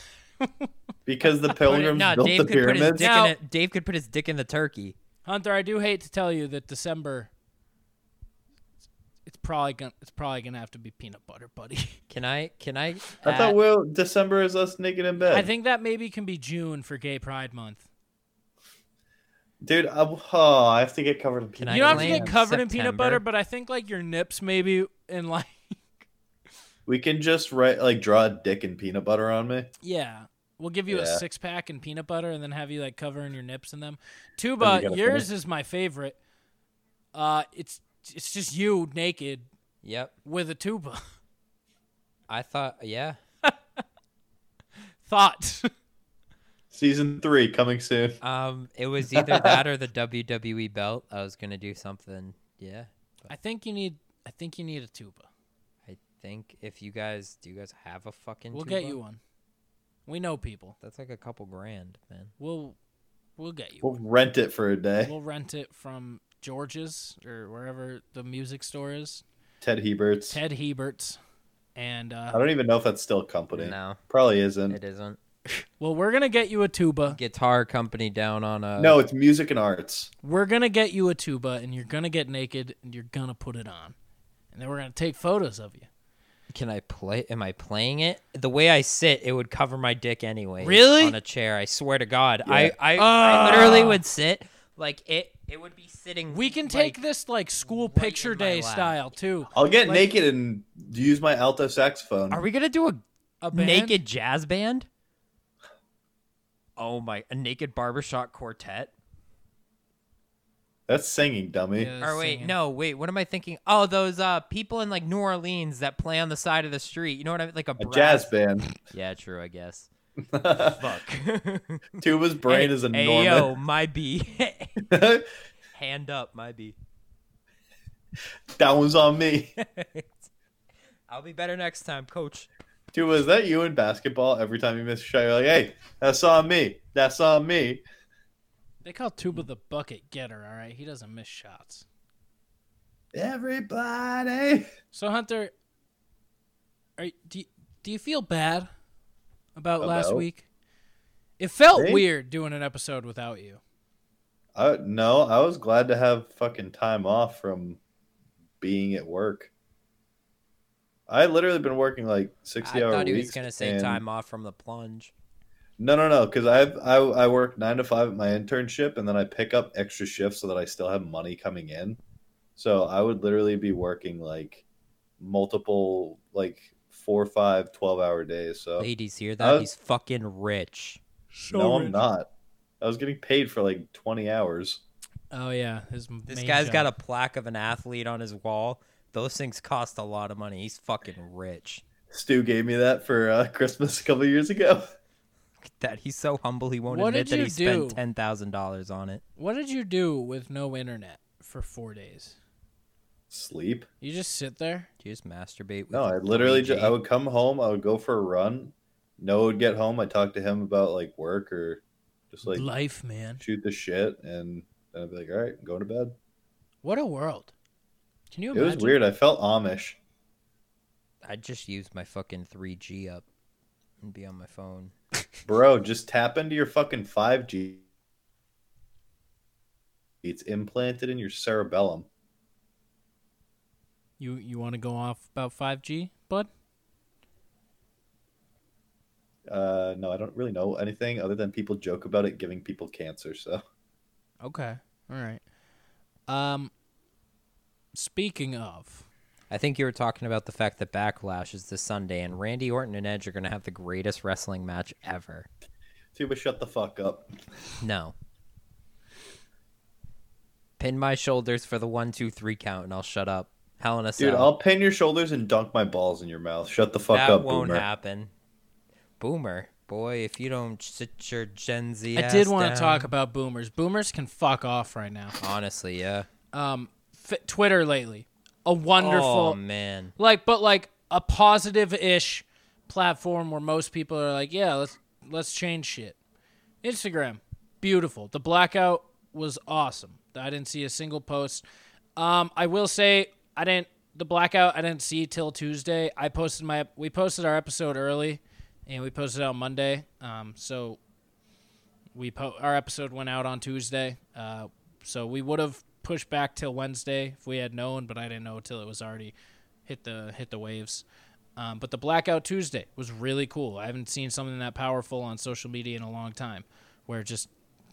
Speaker 2: because the pilgrims
Speaker 1: no,
Speaker 2: built
Speaker 1: Dave
Speaker 2: the
Speaker 1: could put his
Speaker 2: pyramids.
Speaker 1: dick
Speaker 3: Now-
Speaker 1: in it. Dave could put his dick in the turkey.
Speaker 3: Hunter, I do hate to tell you that December it's probably gonna it's probably gonna have to be peanut butter, buddy.
Speaker 1: Can I? Can I?
Speaker 2: I thought
Speaker 1: add-
Speaker 2: Will December is us naked in bed.
Speaker 3: I think that maybe can be June for Gay Pride Month.
Speaker 2: dude. I, oh, I have to get covered in
Speaker 1: Can
Speaker 2: peanut.
Speaker 1: I
Speaker 3: you don't have to
Speaker 1: claim
Speaker 3: get covered in peanut
Speaker 1: September?
Speaker 3: butter, but I think like your nips maybe and like
Speaker 2: We can just write like draw a dick in peanut butter on me.
Speaker 3: yeah. We'll give you a
Speaker 2: Yeah.
Speaker 3: six pack and peanut butter and then have you like covering your nips in them. Tuba,
Speaker 2: gotta
Speaker 3: yours
Speaker 2: finish.
Speaker 3: is my favorite. Uh it's it's just you naked
Speaker 1: Yep.
Speaker 3: with a tuba.
Speaker 1: I thought. Yeah.
Speaker 3: Thoughts.
Speaker 2: Season three coming soon.
Speaker 1: Um. It was either that or the WWE belt. I was gonna do something. Yeah.
Speaker 3: I think you need I think you need a tuba.
Speaker 1: I think if you guys do, you guys have a fucking.
Speaker 3: We'll
Speaker 1: tuba?
Speaker 3: get you one. We know people.
Speaker 1: That's like a couple grand, man.
Speaker 3: We'll we'll get you.
Speaker 2: We'll rent it for a day.
Speaker 3: We'll rent it from George's or wherever the music store is.
Speaker 2: Ted Hebert's.
Speaker 3: Ted Hebert's. And
Speaker 2: I
Speaker 3: uh,
Speaker 2: don't even know if that's still a company.
Speaker 1: No,
Speaker 2: Probably isn't.
Speaker 1: it isn't.
Speaker 3: well, we're gonna get you a tuba.
Speaker 1: Guitar company down on uh, a
Speaker 2: no, it's music and arts.
Speaker 3: We're gonna get you a tuba, and you're gonna get naked, and you're gonna put it on, and then we're gonna take photos of you.
Speaker 1: Can I play? Am I playing it? The way I sit, it would cover my dick anyway.
Speaker 3: Really?
Speaker 1: On a chair. I swear to God.
Speaker 2: Yeah.
Speaker 1: I I,
Speaker 3: Ah.
Speaker 1: I literally would sit like it. It would be sitting.
Speaker 3: We can
Speaker 1: like-
Speaker 3: take this like school
Speaker 1: right
Speaker 3: picture
Speaker 1: in my
Speaker 3: day
Speaker 1: lap.
Speaker 3: style too.
Speaker 2: I'll get
Speaker 3: Like-
Speaker 2: naked and use my alto saxophone.
Speaker 1: Are we gonna do a
Speaker 3: A band?
Speaker 1: naked jazz band? Oh my! A naked barbershop quartet.
Speaker 2: That's singing, dummy.
Speaker 3: Yeah,
Speaker 1: Or wait,
Speaker 3: singing.
Speaker 1: no, wait. What am I thinking? Oh, those uh people in like New Orleans that play on the side of the street. You know what I mean? Like a,
Speaker 2: A
Speaker 1: brass-
Speaker 2: jazz band.
Speaker 1: Yeah, true. I guess.
Speaker 2: Tuba's
Speaker 1: Fuck.
Speaker 2: brain
Speaker 1: Hey-
Speaker 2: is
Speaker 1: Hey, yo,
Speaker 2: enormous.
Speaker 1: my B. Hand up, my B.
Speaker 2: that one's on me.
Speaker 1: I'll be better next time, coach.
Speaker 2: Tuba, is that you in basketball? Every time you miss a shot, you're like, hey, that's on me. That's on me.
Speaker 3: They call Tuba the bucket getter. All right, he doesn't miss shots.
Speaker 2: Everybody.
Speaker 3: So Hunter, are you, do you, do you feel bad about last
Speaker 2: About?
Speaker 3: week? It felt
Speaker 2: Me?
Speaker 3: weird doing an episode without you.
Speaker 2: I, no, I was glad to have fucking time off from being at work. I literally been working like sixty
Speaker 1: I
Speaker 2: hour
Speaker 1: thought he was
Speaker 2: weeks.
Speaker 1: gonna say
Speaker 2: and-
Speaker 1: time off from the plunge.
Speaker 2: No, no, no, because I I I work nine to five at my internship, and then I pick up extra shifts so that I still have money coming in. So I would literally be working like multiple, like four, five, 12 hour days. So
Speaker 1: Ladies, hear
Speaker 2: I
Speaker 1: that?
Speaker 2: was-
Speaker 1: He's fucking rich.
Speaker 3: So
Speaker 2: no, I'm not. I was getting paid for like twenty hours.
Speaker 3: Oh yeah, his
Speaker 1: This
Speaker 3: main
Speaker 1: guy's
Speaker 3: job.
Speaker 1: got a plaque of an athlete on his wall. Those things cost a lot of money. He's fucking rich.
Speaker 2: Stu gave me that for uh, Christmas a couple years ago.
Speaker 1: Look at That he's so humble he won't
Speaker 3: What
Speaker 1: admit
Speaker 3: did
Speaker 1: that
Speaker 3: you
Speaker 1: he spent
Speaker 3: do?
Speaker 1: ten thousand dollars on it.
Speaker 3: What did you do with no internet for four days?
Speaker 2: Sleep.
Speaker 3: You just sit there.
Speaker 1: Do you just masturbate? With
Speaker 2: No, I
Speaker 1: your
Speaker 2: literally
Speaker 1: BG?
Speaker 2: just, I would come home, I would go for a run. Noah would get home, I talk to him about like work or just like
Speaker 3: Life, man.
Speaker 2: shoot the shit and then I'd be like, All right, go to bed.
Speaker 3: What a world. Can you
Speaker 2: It
Speaker 3: imagine?
Speaker 2: was weird. I felt Amish.
Speaker 1: I just use my fucking three G up and be on my phone.
Speaker 2: Bro, just tap into your fucking five G. It's implanted in your cerebellum.
Speaker 3: You you want to go off about five G, bud?
Speaker 2: Uh no, I don't really know anything other than people joke about it giving people cancer, so
Speaker 3: Okay. All right. Um. Speaking of,
Speaker 1: I think you were talking about the fact that Backlash is this Sunday, and Randy Orton and Edge are going to have the greatest wrestling match ever.
Speaker 2: Tuba shut the fuck up.
Speaker 1: No. Pin my shoulders for the one, two, three count, and I'll shut up. Hell in a
Speaker 2: Dude,
Speaker 1: cell.
Speaker 2: I'll pin your shoulders and dunk my balls in your mouth. Shut the fuck
Speaker 1: that
Speaker 2: up,
Speaker 1: won't
Speaker 2: boomer.
Speaker 1: happen. Boomer, boy, if you don't sit your Gen Z,
Speaker 3: I did
Speaker 1: want
Speaker 3: want to talk about boomers. Boomers can fuck off right now.
Speaker 1: Honestly, yeah.
Speaker 3: Um, f- Twitter lately, a wonderful
Speaker 1: Oh man,
Speaker 3: like, but like a positive-ish platform where most people are like, yeah, let's let's change shit. Instagram, beautiful. The blackout was awesome. I didn't see a single post. Um, I will say I didn't the blackout. I didn't see till Tuesday. I posted my we posted our episode early, and we posted it on Monday. Um, so we po- our episode went out on Tuesday, uh, so we would have pushed back till Wednesday if we had known, but I didn't know till it was already hit the hit the waves. Um, but the blackout Tuesday was really cool. I haven't seen something that powerful on social media in a long time, where just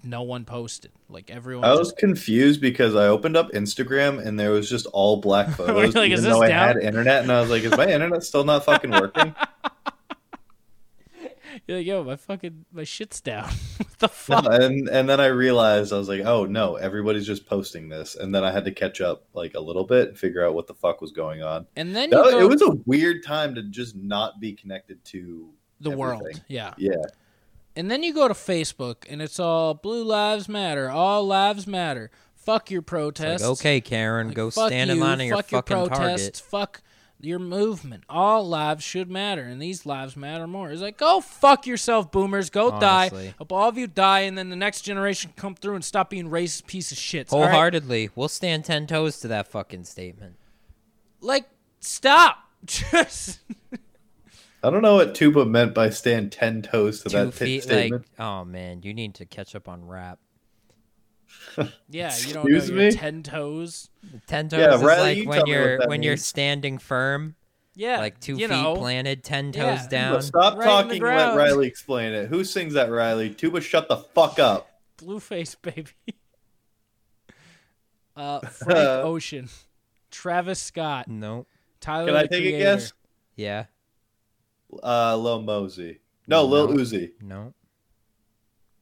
Speaker 3: no one posted. Like everyone,
Speaker 2: I
Speaker 3: just-
Speaker 2: was confused because I opened up Instagram and there was just all black photos,
Speaker 3: like,
Speaker 2: even
Speaker 3: "Is this
Speaker 2: though I
Speaker 3: down?"
Speaker 2: had internet, and I was like, "Is my internet still not fucking working?"
Speaker 3: you're like, yo, my fucking my shit's down. what the
Speaker 2: No,
Speaker 3: fuck?
Speaker 2: and and then I realized I was like, "Oh no, everybody's just posting this," and then I had to catch up like a little bit and figure out what the fuck was going on.
Speaker 3: And then you
Speaker 2: That-
Speaker 3: go
Speaker 2: it was a weird time to just not be connected to
Speaker 3: the world,
Speaker 2: everything.
Speaker 3: yeah.
Speaker 2: Yeah,
Speaker 3: And then you go to Facebook and it's all blue lives matter, all lives matter. Fuck your
Speaker 1: like,
Speaker 3: protests.
Speaker 1: okay, Karen,
Speaker 3: Like,
Speaker 1: go
Speaker 3: fuck
Speaker 1: stand in
Speaker 3: you,
Speaker 1: line at your
Speaker 3: fuck your
Speaker 1: fucking
Speaker 3: protests,
Speaker 1: target.
Speaker 3: Fuck your movement. All lives should matter and these lives matter more. It's like, go fuck yourself, boomers. Go die.
Speaker 1: Honestly.
Speaker 3: Hope all of you die and then the next generation come through and stop being racist piece of shit. All right?
Speaker 1: Wholeheartedly, we'll stand ten toes to that fucking statement.
Speaker 3: Like, stop. Just
Speaker 2: I don't know what Tuba meant by stand ten toes to
Speaker 1: Two
Speaker 2: that t-
Speaker 1: feet, like,
Speaker 2: statement.
Speaker 1: oh man, you need to catch up on rap.
Speaker 3: yeah, you don't know
Speaker 2: Excuse
Speaker 3: your
Speaker 2: me?
Speaker 3: ten toes.
Speaker 1: Ten toes
Speaker 2: Yeah,
Speaker 1: is
Speaker 2: Riley, you
Speaker 1: like when
Speaker 2: tell me what
Speaker 1: you're
Speaker 2: that
Speaker 1: when you're
Speaker 2: means.
Speaker 1: standing firm,
Speaker 3: Yeah,
Speaker 1: like two
Speaker 3: you
Speaker 1: feet
Speaker 3: know,
Speaker 1: planted, ten
Speaker 3: Yeah.
Speaker 1: toes
Speaker 3: But
Speaker 1: down.
Speaker 2: Tuba, stop
Speaker 3: Right in the
Speaker 2: talking. and Let
Speaker 3: ground.
Speaker 2: Riley explain it. Who sings that, Riley? Tuba, shut the fuck up.
Speaker 3: Blueface baby. Uh, Frank Ocean, Travis Scott,
Speaker 1: Nope.
Speaker 3: Tyler.
Speaker 2: Can I
Speaker 3: Oh, the
Speaker 2: take
Speaker 3: Creator.
Speaker 2: a guess?
Speaker 1: Yeah.
Speaker 2: Uh, Lil Mosey. No, Lil
Speaker 1: No.
Speaker 2: Uzi.
Speaker 1: Nope.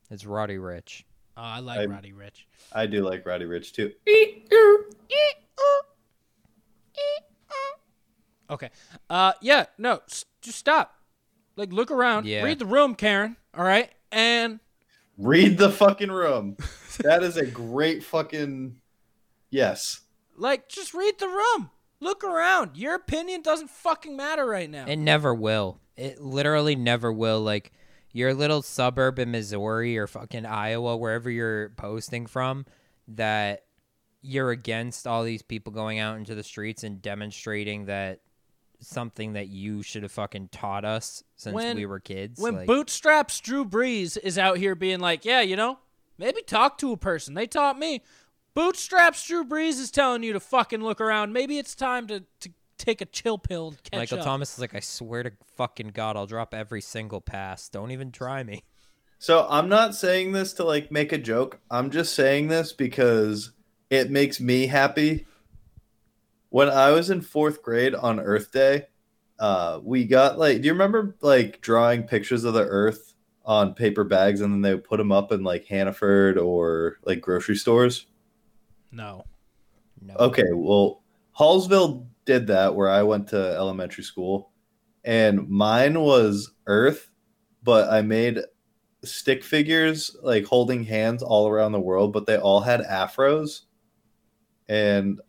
Speaker 1: It's Roddy Rich.
Speaker 3: Oh, I like
Speaker 2: I-
Speaker 3: Roddy Rich.
Speaker 2: I do like Roddy Rich too.
Speaker 3: Okay. Uh, yeah. No, s- just stop. Like, look around.
Speaker 1: Yeah.
Speaker 3: Read the room, Karen. All right, and
Speaker 2: Read the fucking room. That is a great fucking yes.
Speaker 3: like, just read the room. Look around. Your opinion doesn't fucking matter right now.
Speaker 1: It never will. It literally never will. Like your little suburb in Missouri or fucking Iowa, wherever you're posting from, that you're against all these people going out into the streets and demonstrating that something that you should have fucking taught us since
Speaker 3: When-
Speaker 1: we were kids.
Speaker 3: when
Speaker 1: like,
Speaker 3: bootstraps drew brees is out here being like yeah you know maybe talk to a person they taught me bootstraps drew brees is telling you to fucking look around maybe it's time to, to take a chill pill and catch
Speaker 1: Michael
Speaker 3: up
Speaker 1: Thomas is like, I swear to fucking God, I'll drop every single pass. Don't even try me.
Speaker 2: So I'm not saying this to like make a joke. I'm just saying this because it makes me happy. When I was in fourth grade on Earth Day, uh, we got like, do you remember like drawing pictures of the Earth on paper bags and then they would put them up in like Hannaford or like grocery stores?
Speaker 3: no
Speaker 1: No.
Speaker 2: Okay, well, Hallsville did that where I went to elementary school, and mine was Earth, but I made stick figures like holding hands all around the world, but they all had afros, and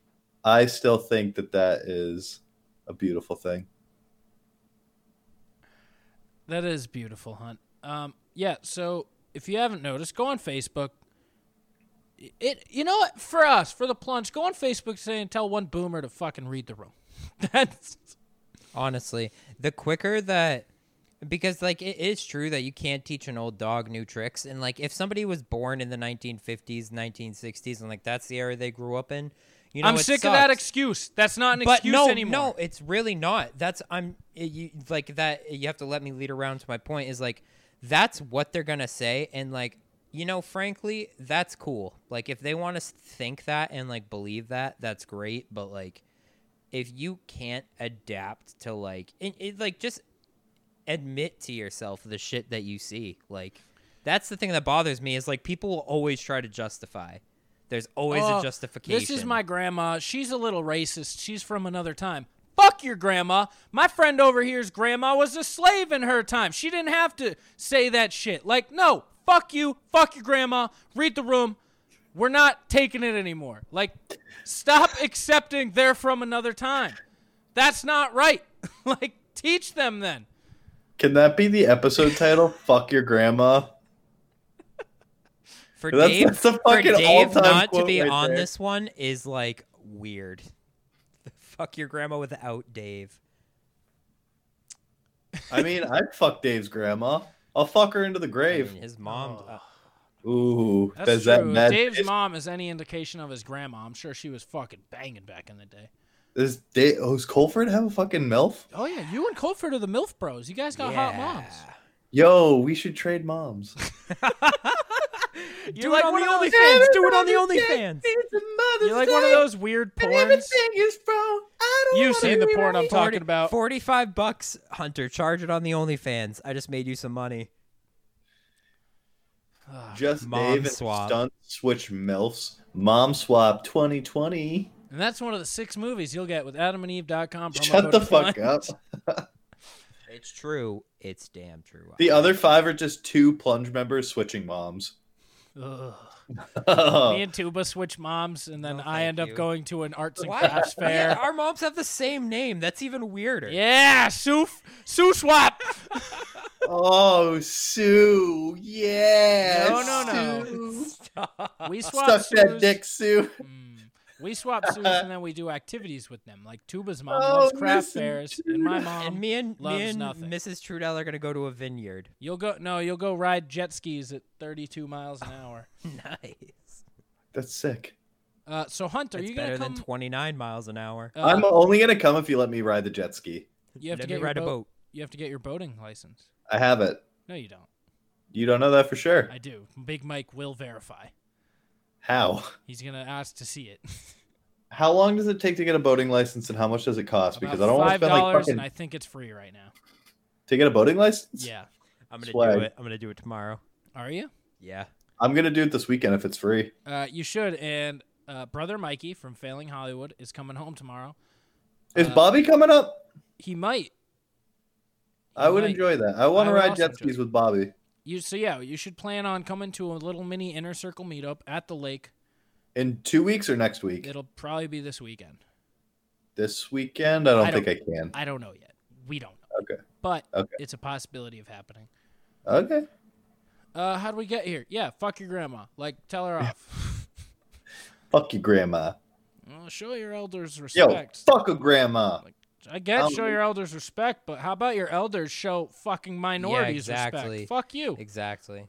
Speaker 2: I still think that that is a beautiful thing.
Speaker 3: that is beautiful hunt um, yeah so if you haven't noticed go on facebook it you know what for us for the plunge go on facebook today and tell one boomer to fucking read the room that's
Speaker 1: honestly the quicker that because like it is true that you can't teach an old dog new tricks and like if somebody was born in the 1950s 1960s and like that's the era they grew up in you know
Speaker 3: i'm
Speaker 1: it
Speaker 3: sick of that
Speaker 1: sucks
Speaker 3: excuse that's not an
Speaker 1: but
Speaker 3: excuse
Speaker 1: no,
Speaker 3: anymore
Speaker 1: no, it's really not. That's I'm it, you, like that. You have to let me lead around to my point. Is like that's what they're gonna say, and like you know, frankly, that's cool. Like if they want to think that and like believe that, that's great. But like if you can't adapt to like it, it like just admit to yourself the shit that you see, like. That's the thing that bothers me is like people will always try to justify. There's always
Speaker 3: Oh,
Speaker 1: a justification.
Speaker 3: This is my grandma. She's a little racist. She's from another time. Fuck your grandma. My friend over here's grandma was a slave in her time. She didn't have to say that shit. Like, no, fuck you. Fuck your grandma. Read the room. We're not taking it anymore. Like, stop accepting they're from another time. That's not right. like, teach them then.
Speaker 2: Can that be the episode title? Fuck your grandma.
Speaker 1: for
Speaker 2: That's-
Speaker 1: Dave,
Speaker 2: that's a
Speaker 1: for
Speaker 2: fucking
Speaker 1: Dave
Speaker 2: all-time
Speaker 1: not to
Speaker 2: quote
Speaker 1: be
Speaker 2: right
Speaker 1: on
Speaker 2: there.
Speaker 1: this one is like weird. Fuck your grandma without Dave.
Speaker 2: I mean, I'd fuck Dave's grandma. I'll fuck her into the
Speaker 1: I mean,
Speaker 2: grave.
Speaker 1: his mom.
Speaker 3: Oh,
Speaker 1: uh,
Speaker 2: Ooh,
Speaker 3: That's
Speaker 2: does that
Speaker 3: true.
Speaker 2: mad-
Speaker 3: Dave's
Speaker 2: is-
Speaker 3: mom is any indication of his grandma. I'm sure she was fucking banging back in the day.
Speaker 2: Does Dave? Oh, does Colford have a fucking milf?
Speaker 3: Oh, yeah. You and Colford are the MILF bros. You guys got hot moms.
Speaker 1: yeah.
Speaker 2: Yo, we should trade moms.
Speaker 3: You're like
Speaker 1: on
Speaker 3: one
Speaker 1: the
Speaker 3: of those-
Speaker 1: OnlyFans. Do it on the OnlyFans.
Speaker 3: You're like one of those weird porns.
Speaker 2: is wrong. I
Speaker 3: You've seen the porn I'm talking
Speaker 1: 40
Speaker 3: about.
Speaker 1: forty-five bucks, Hunter. Charge it on the OnlyFans. I just made you some money.
Speaker 2: Just
Speaker 1: Mom
Speaker 2: Dave and
Speaker 1: swap.
Speaker 2: stunt switch milfs. Mom swap 2020.
Speaker 3: And that's one of the six movies you'll get with AdamAndEve.com. promo
Speaker 2: Shut
Speaker 3: code
Speaker 2: the fuck
Speaker 3: Decline.
Speaker 2: up.
Speaker 1: It's true. It's damn true.
Speaker 2: The other five are just two plunge members switching moms.
Speaker 3: Ugh. Me
Speaker 2: I
Speaker 3: and Tuba switch moms, and then
Speaker 1: No,
Speaker 3: I
Speaker 1: thank
Speaker 3: end up
Speaker 1: you.
Speaker 3: going to an arts and
Speaker 1: Why-
Speaker 3: crafts
Speaker 1: Oh, Yeah,
Speaker 3: fair.
Speaker 1: our moms have the same name. That's even weirder.
Speaker 3: Yeah, Sue, Sue Swap.
Speaker 2: oh, Sue. Yeah.
Speaker 3: No, no, no.
Speaker 2: Sue.
Speaker 3: we swap
Speaker 2: Suck that
Speaker 3: Sues.
Speaker 2: dick, Sue.
Speaker 3: Mm. We swap suits and then we do activities with them. Like Tuba's mom
Speaker 2: Oh,
Speaker 3: loves craft
Speaker 2: listen,
Speaker 3: fairs, and my mom.
Speaker 1: and me and
Speaker 3: loves
Speaker 1: me and
Speaker 3: nothing.
Speaker 1: Mrs. Trudell are gonna go to a vineyard.
Speaker 3: You'll go no, you'll go ride jet skis at 32 miles an hour.
Speaker 1: Nice.
Speaker 2: That's sick.
Speaker 3: Uh, so Hunter,
Speaker 1: it's
Speaker 3: you
Speaker 1: better
Speaker 3: gonna come?
Speaker 1: than 29 miles an hour.
Speaker 3: uh,
Speaker 2: I'm only gonna come if you let me ride the jet ski.
Speaker 3: you have to
Speaker 1: Let
Speaker 3: get
Speaker 1: me
Speaker 3: your
Speaker 1: ride a
Speaker 3: boat-
Speaker 1: boat.
Speaker 3: You have to get your boating license.
Speaker 2: I have it.
Speaker 3: No, you don't.
Speaker 2: You don't know that for sure.
Speaker 3: I do. Big Mike will verify.
Speaker 2: How?
Speaker 3: He's gonna ask to see it.
Speaker 2: How long does it take to get a boating license, and how much does it cost? Because I
Speaker 3: About
Speaker 2: don't want to
Speaker 3: five
Speaker 2: spend like
Speaker 3: dollars,
Speaker 2: fucking
Speaker 3: and I think it's free right now.
Speaker 2: to get a boating license.
Speaker 3: Yeah,
Speaker 1: I'm gonna
Speaker 2: swag.
Speaker 1: do it. I'm gonna do it tomorrow.
Speaker 3: are you?
Speaker 1: Yeah.
Speaker 2: I'm gonna do it this weekend if it's free.
Speaker 3: Uh, you should. And uh, brother Mikey from Failing Hollywood is coming home tomorrow.
Speaker 2: Is
Speaker 3: Uh,
Speaker 2: Bobby coming up?
Speaker 3: He might.
Speaker 2: I would
Speaker 3: might.
Speaker 2: enjoy that. I want
Speaker 3: I
Speaker 2: to
Speaker 3: would
Speaker 2: ride
Speaker 3: also
Speaker 2: jet
Speaker 3: enjoy
Speaker 2: skis
Speaker 3: it.
Speaker 2: with Bobby.
Speaker 3: You so yeah, you should plan on coming to a little mini inner circle meetup at the lake.
Speaker 2: In two weeks or next week?
Speaker 3: It'll probably be this weekend.
Speaker 2: This weekend? I don't
Speaker 3: I
Speaker 2: think
Speaker 3: don't-
Speaker 2: I can.
Speaker 3: I don't know yet. We don't know.
Speaker 2: Okay.
Speaker 3: But
Speaker 2: Okay.
Speaker 3: it's a possibility of happening.
Speaker 2: Okay.
Speaker 3: Uh, how do we get here? Yeah, fuck your grandma. Like, tell her off.
Speaker 2: Fuck you, grandma.
Speaker 3: well, show your elders
Speaker 2: Yo,
Speaker 3: respect.
Speaker 2: fuck a grandma.
Speaker 3: I get
Speaker 2: Um,
Speaker 3: show your elders respect, but how about your elders show fucking minorities
Speaker 1: exactly.
Speaker 3: respect? Fuck you.
Speaker 1: Exactly.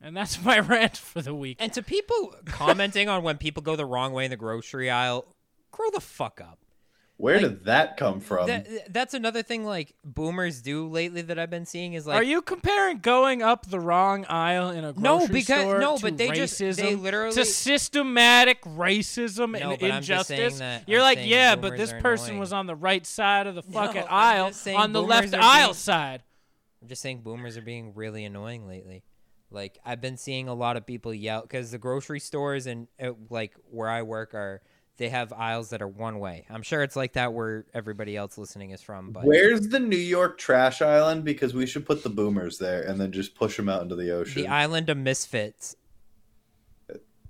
Speaker 3: And that's my rant for the week.
Speaker 1: And to people commenting on when people go the wrong way in the grocery aisle, grow the fuck up.
Speaker 2: Where
Speaker 1: Like,
Speaker 2: did that come from?
Speaker 1: That, that's another thing like boomers do lately that I've been seeing is like
Speaker 3: Are you comparing going up the wrong aisle in a grocery
Speaker 1: No, because-
Speaker 3: store
Speaker 1: no,
Speaker 3: to
Speaker 1: but they just- they
Speaker 3: racism,
Speaker 1: literally-
Speaker 3: to systematic racism
Speaker 1: No,
Speaker 3: and
Speaker 1: but I'm just
Speaker 3: injustice?
Speaker 1: saying that-
Speaker 3: You're
Speaker 1: I'm
Speaker 3: like,
Speaker 1: saying
Speaker 3: yeah, but
Speaker 1: boomers
Speaker 3: this
Speaker 1: are
Speaker 3: person
Speaker 1: annoying.
Speaker 3: was on the right side of the fucking
Speaker 1: I'm
Speaker 3: aisle,
Speaker 1: just saying
Speaker 3: on the
Speaker 1: boomers
Speaker 3: left
Speaker 1: are
Speaker 3: aisle
Speaker 1: being-
Speaker 3: side.
Speaker 1: I'm just saying boomers are being really annoying lately. Like I've been seeing a lot of people yell because the grocery stores and uh, like where I work are they have aisles that are one way. I'm sure it's like that where everybody else listening is from, but
Speaker 2: Where's the New York trash island? Because we should put the boomers there and then just push them out into the ocean.
Speaker 1: the island of misfits.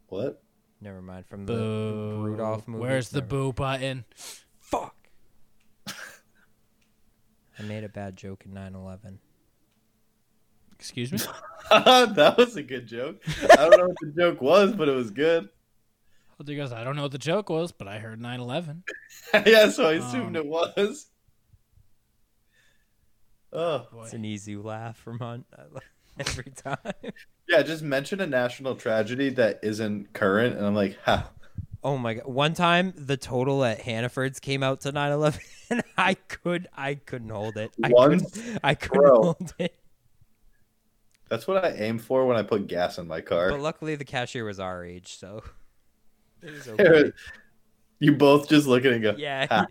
Speaker 2: what?
Speaker 1: Never mind from the
Speaker 3: Boo.
Speaker 1: Rudolph movie.
Speaker 3: Where's the
Speaker 1: Never-
Speaker 3: boo button?
Speaker 1: Fuck. I made a bad joke in 9/11.
Speaker 3: Excuse me.
Speaker 2: that was a good joke. I don't know what the joke was, but it was good.
Speaker 3: He goes, I don't know what the joke was, but I heard 9/11.
Speaker 2: yeah, so I assumed
Speaker 3: Um,
Speaker 2: it was. Oh.
Speaker 3: Boy.
Speaker 1: It's an easy laugh from Hunt I laugh every time.
Speaker 2: Yeah, just mention a national tragedy that isn't current, and I'm like, ha.
Speaker 1: Oh my god! One time, the total at Hannaford's came out to 9/11, and I could, I couldn't hold it. I
Speaker 2: One?
Speaker 1: couldn't, I couldn't
Speaker 2: Bro.
Speaker 1: hold it.
Speaker 2: That's what I aim for when I put gas in my car.
Speaker 1: But luckily, the cashier was our age, so it was okay.
Speaker 2: Here, you both just look at it and go,
Speaker 1: Yeah,
Speaker 2: Ha.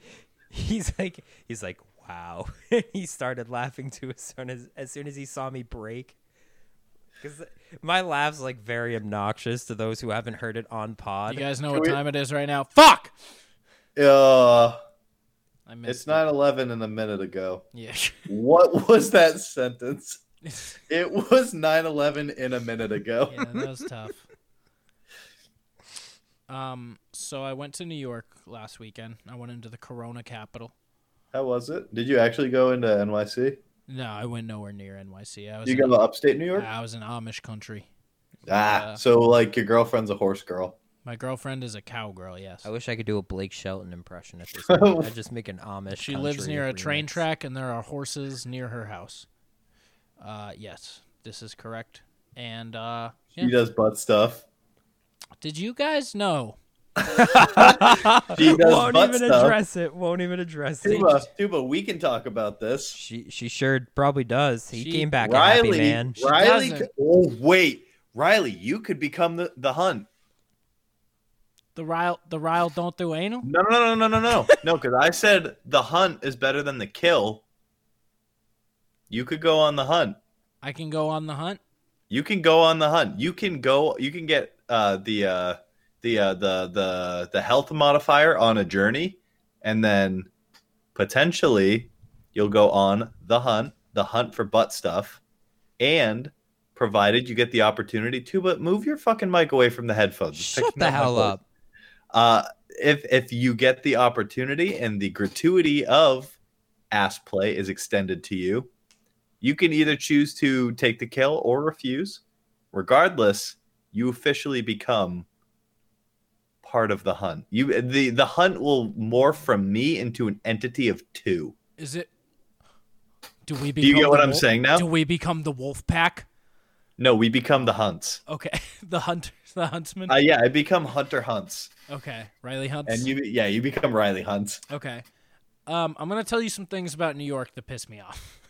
Speaker 1: he- he's like, he's like, wow. he started laughing too as soon as as soon as he saw me break. Because my laugh's like very obnoxious to those who haven't heard it on pod.
Speaker 3: You guys know
Speaker 2: Can
Speaker 3: what
Speaker 2: we-
Speaker 3: time it is right now? Fuck.
Speaker 2: Uh,
Speaker 3: I missed.
Speaker 2: it's 9 11 and a minute ago.
Speaker 3: Yeah.
Speaker 2: What was that sentence? It was 9 11 in a minute ago.
Speaker 3: yeah, that was tough. Um, so I went to New York last weekend. I went into the Corona capital.
Speaker 2: How was it? Did you actually go into NYC?
Speaker 3: No, I went nowhere near NYC. I was
Speaker 2: You
Speaker 3: in,
Speaker 2: go to upstate New York?
Speaker 3: I was in Amish country.
Speaker 2: Ah,
Speaker 3: uh,
Speaker 2: so like your girlfriend's a horse girl.
Speaker 3: My girlfriend is a cowgirl. Yes,
Speaker 1: I wish I could do a Blake Shelton impression at this point. I just make an Amish.
Speaker 3: she lives
Speaker 1: country
Speaker 3: near a train
Speaker 1: remix.
Speaker 3: track, and there are horses near her house. Uh, yes, this is correct. And uh, yeah.
Speaker 2: She does butt stuff.
Speaker 3: did you guys know?
Speaker 2: She does
Speaker 1: won't
Speaker 2: butt
Speaker 1: even
Speaker 2: stuff.
Speaker 1: address it. Won't even address it.
Speaker 2: Tuba, Tuba, we can talk about this.
Speaker 1: She she sure probably does. He
Speaker 3: She-
Speaker 1: came back a happy
Speaker 2: Riley,
Speaker 1: man.
Speaker 2: Riley,
Speaker 3: doesn't.
Speaker 2: could- oh wait, Riley, you could become the the Hun.
Speaker 3: The Ryle, the Ryle don't do anal.
Speaker 2: No, no, no, no, no, no, no. Because I said the hunt is better than the kill. You could go on the hunt.
Speaker 3: I can go on the hunt.
Speaker 2: You can go on the hunt. You can go. You can get uh, the uh, the uh, the the the health modifier on a journey, and then potentially you'll go on the hunt, the hunt for butt stuff, and provided you get the opportunity to. But move your fucking mic away from the headphones. It's
Speaker 1: Shut
Speaker 2: picking
Speaker 1: the
Speaker 2: my
Speaker 1: hell
Speaker 2: voice.
Speaker 1: up.
Speaker 2: Uh, if if you get the opportunity and the gratuity of ass play is extended to you, you can either choose to take the kill or refuse. Regardless, you officially become part of the hunt. You the the hunt will morph from me into an entity of two.
Speaker 3: Is it? Do we become?
Speaker 2: Do you get what
Speaker 3: the
Speaker 2: I'm
Speaker 3: wolf-
Speaker 2: saying now?
Speaker 3: Do we become the wolf pack?
Speaker 2: No, we become the hunts.
Speaker 3: Okay, the hunters, the huntsman.
Speaker 2: Uh, yeah, I become Hunter Hunts,
Speaker 3: okay, Riley hunts.
Speaker 2: and you yeah you become Riley Hunts.
Speaker 3: okay, um, I'm gonna tell you some things about New York that piss me off.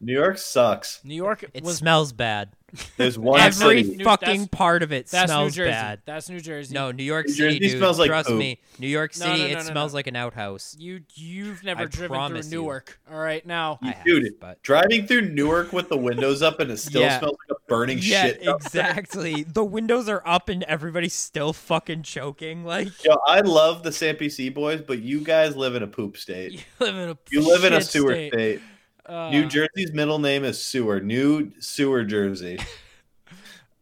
Speaker 2: New York sucks.
Speaker 3: New York
Speaker 1: It
Speaker 3: was
Speaker 1: smells bad.
Speaker 2: There's one
Speaker 1: Every
Speaker 2: city.
Speaker 3: New-
Speaker 1: fucking
Speaker 3: that's-
Speaker 1: part of it
Speaker 3: that's
Speaker 1: smells
Speaker 3: New Jersey.
Speaker 1: bad.
Speaker 3: That's New Jersey.
Speaker 1: No, New York
Speaker 2: New
Speaker 1: City,
Speaker 2: Jersey
Speaker 1: dude.
Speaker 2: smells like
Speaker 1: trust
Speaker 2: poop.
Speaker 1: me, New York
Speaker 3: No,
Speaker 1: City,
Speaker 3: no, no,
Speaker 1: it
Speaker 3: no,
Speaker 1: smells
Speaker 3: no.
Speaker 1: like an outhouse.
Speaker 3: you you've never
Speaker 1: I
Speaker 3: driven through
Speaker 1: promise you.
Speaker 3: Newark. All right, now
Speaker 1: I
Speaker 2: You-
Speaker 1: have,
Speaker 2: dude,
Speaker 1: but
Speaker 2: driving through Newark with the windows up and it still
Speaker 1: Yeah.
Speaker 2: smells like a burning
Speaker 1: yeah,
Speaker 2: shit.
Speaker 1: exactly. the windows are up and everybody's still fucking choking. Like,
Speaker 2: Yo, I love the San PC boys, but you guys live in a poop
Speaker 3: you
Speaker 2: state.
Speaker 3: live in a
Speaker 2: You live in a
Speaker 3: shit
Speaker 2: sewer
Speaker 3: state.
Speaker 2: state.
Speaker 3: Uh,
Speaker 2: New Jersey's middle name is Sewer. New Sewer Jersey.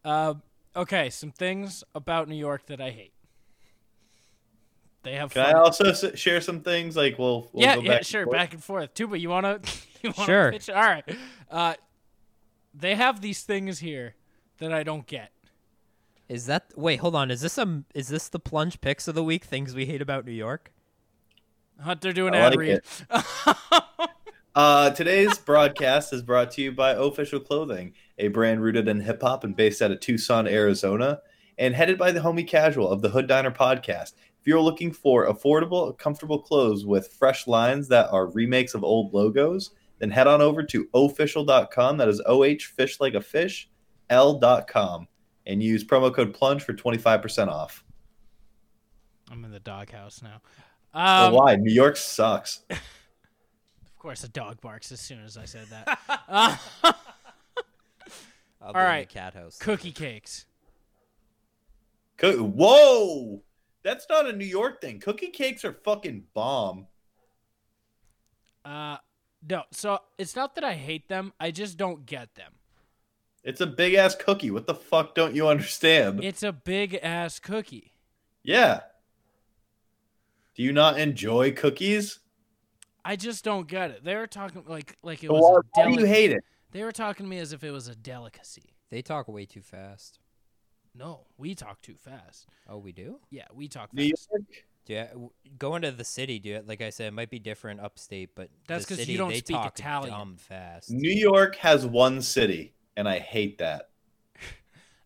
Speaker 3: Uh, okay, some things about New York that I hate. They have
Speaker 2: Can
Speaker 3: fun.
Speaker 2: I also s- share some things? Like, we'll, we'll
Speaker 3: yeah,
Speaker 2: go back.
Speaker 3: yeah,
Speaker 2: and
Speaker 3: sure,
Speaker 2: forth.
Speaker 3: back and forth. Tuba, you wanna, you wanna
Speaker 1: Sure.
Speaker 3: pitch? All right. Uh, they have these things here that I don't get.
Speaker 1: is that? Wait, hold on. Is this a? Is this the plunge picks of the week? Things we hate about New York.
Speaker 3: Hunter doing
Speaker 2: I
Speaker 3: ad
Speaker 2: like
Speaker 3: read.
Speaker 2: Uh, today's broadcast is brought to you by Official Clothing, a brand rooted in hip hop and based out of Tucson, Arizona, and headed by the homie casual of the Hood Diner podcast. If you're looking for affordable, comfortable clothes with fresh lines that are remakes of old logos, then head on over to official.com. That is O H fish like a fish L.com and use promo code plunge for 25% off.
Speaker 3: I'm in the doghouse now.
Speaker 2: Well,
Speaker 3: Um,
Speaker 2: why? New York sucks.
Speaker 3: of course, a dog barks as soon as I said that. Uh,
Speaker 1: All
Speaker 3: right.
Speaker 1: cat house.
Speaker 3: cookie cakes.
Speaker 2: Co- Whoa! That's not a New York thing. Cookie cakes are fucking bomb.
Speaker 3: Uh, no, so it's not that I hate them. I just don't get them.
Speaker 2: It's a big ass cookie. What the fuck don't you understand?
Speaker 3: It's a big ass cookie.
Speaker 2: yeah. Do you not enjoy cookies?
Speaker 3: I just don't get it. They were talking like like it
Speaker 2: Why,
Speaker 3: was. a
Speaker 2: why do you
Speaker 3: delic-
Speaker 2: hate it?
Speaker 3: They were talking to me as if it was a delicacy.
Speaker 1: They talk way too fast.
Speaker 3: No, we talk too fast.
Speaker 1: Oh, we do.
Speaker 3: Yeah, we talk
Speaker 2: New
Speaker 3: fast.
Speaker 2: York?
Speaker 1: Yeah, w- going to the city, dude. Like I said, it might be different upstate, but
Speaker 3: That's
Speaker 1: the
Speaker 3: 'cause you
Speaker 1: city,
Speaker 3: don't
Speaker 1: they
Speaker 3: speak
Speaker 1: talk
Speaker 3: Italian.
Speaker 1: Dumb fast.
Speaker 2: New York has one city, and I hate that.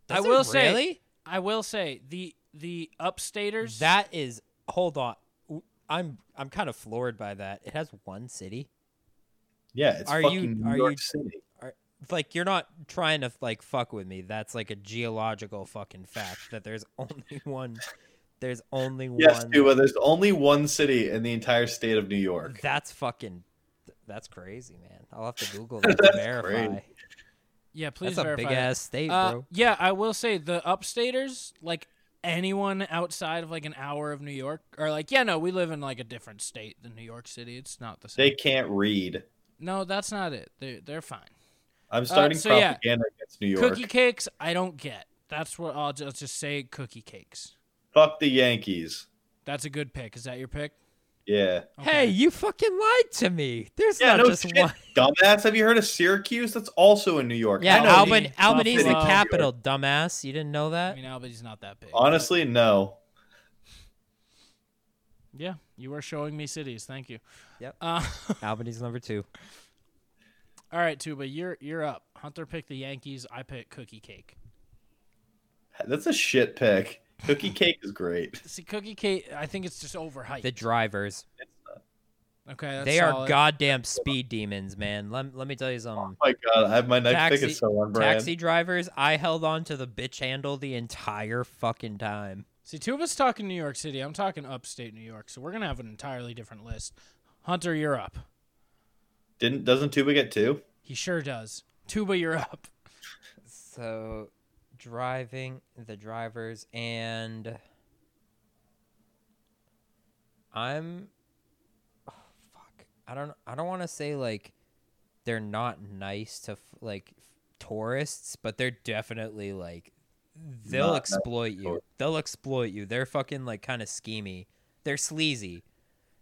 Speaker 1: Does
Speaker 3: I
Speaker 1: it
Speaker 3: will say-
Speaker 1: really?
Speaker 3: I will say the the upstaters.
Speaker 1: That is hold on. W- I'm I'm kind of floored by that. It has one city.
Speaker 2: Yeah, it's
Speaker 1: Are you-
Speaker 2: fucking New
Speaker 1: are you-
Speaker 2: York City.
Speaker 1: Like you're not trying to like fuck with me. That's like a geological fucking fact that there's only one. There's only
Speaker 2: Yes,
Speaker 1: one.
Speaker 2: Tuba, there's only one city in the entire state of New York.
Speaker 1: That's fucking. That's crazy, man. I'll have to Google that to
Speaker 2: That's
Speaker 1: verify.
Speaker 2: crazy.
Speaker 3: yeah, please
Speaker 1: that's a
Speaker 3: verify.
Speaker 1: big
Speaker 3: that.
Speaker 1: ass state,
Speaker 3: Uh,
Speaker 1: bro.
Speaker 3: yeah, I will say the upstaters, like anyone outside of like an hour of New York, are like, yeah, no, we live in like a different state than New York City. It's not the same.
Speaker 2: They can't read.
Speaker 3: no, that's not it. They're they're fine.
Speaker 2: I'm starting
Speaker 3: so yeah.
Speaker 2: propaganda against New York.
Speaker 3: Cookie cakes, I don't get. That's what I'll just, just say. Cookie cakes.
Speaker 2: Fuck the Yankees.
Speaker 3: That's a good pick. Is that your pick?
Speaker 2: Yeah.
Speaker 1: Hey,
Speaker 3: Okay.
Speaker 1: you fucking lied to me. There's
Speaker 2: Yeah,
Speaker 1: not
Speaker 2: no
Speaker 1: just
Speaker 2: shit.
Speaker 1: one.
Speaker 2: Dumbass, have you heard of Syracuse? That's also in New York.
Speaker 1: Yeah,
Speaker 2: I know.
Speaker 3: Albany,
Speaker 1: Alban, Albany's the
Speaker 3: Buffalo.
Speaker 1: capital, dumbass. You didn't know that?
Speaker 3: I mean, Albany's not that big.
Speaker 2: Honestly, no.
Speaker 3: Yeah, you are showing me cities. Thank you.
Speaker 1: Yep.
Speaker 3: Uh,
Speaker 1: Albany's number two.
Speaker 3: all right, Tuba, you're you're up. Hunter picked the Yankees. I picked Cookie Cake.
Speaker 2: That's a shit pick. Cookie cake is great.
Speaker 3: See, Cookie Cake, I think it's just overhyped.
Speaker 1: The drivers.
Speaker 3: okay, that's
Speaker 1: they
Speaker 3: solid.
Speaker 1: are goddamn speed demons, man. Let, let me tell you something.
Speaker 2: Oh my god, I have my next pick
Speaker 1: Taxi-
Speaker 2: is so on brand.
Speaker 1: Taxi drivers, I held on to the bitch handle the entire fucking time.
Speaker 3: See, Tuba's talking New York City. I'm talking upstate New York. So we're gonna have an entirely different list. Hunter, you're up.
Speaker 2: Didn't doesn't Tuba get two?
Speaker 3: He sure does. Tuba, you're up.
Speaker 1: So, driving the drivers, and I'm. oh, fuck. I don't. I don't want to say like they're not nice to f- like f- tourists, but they're definitely like they'll
Speaker 2: Not nice to
Speaker 1: exploit you.
Speaker 2: tourists.
Speaker 1: They'll exploit you. They're fucking like kind of schemy. They're sleazy,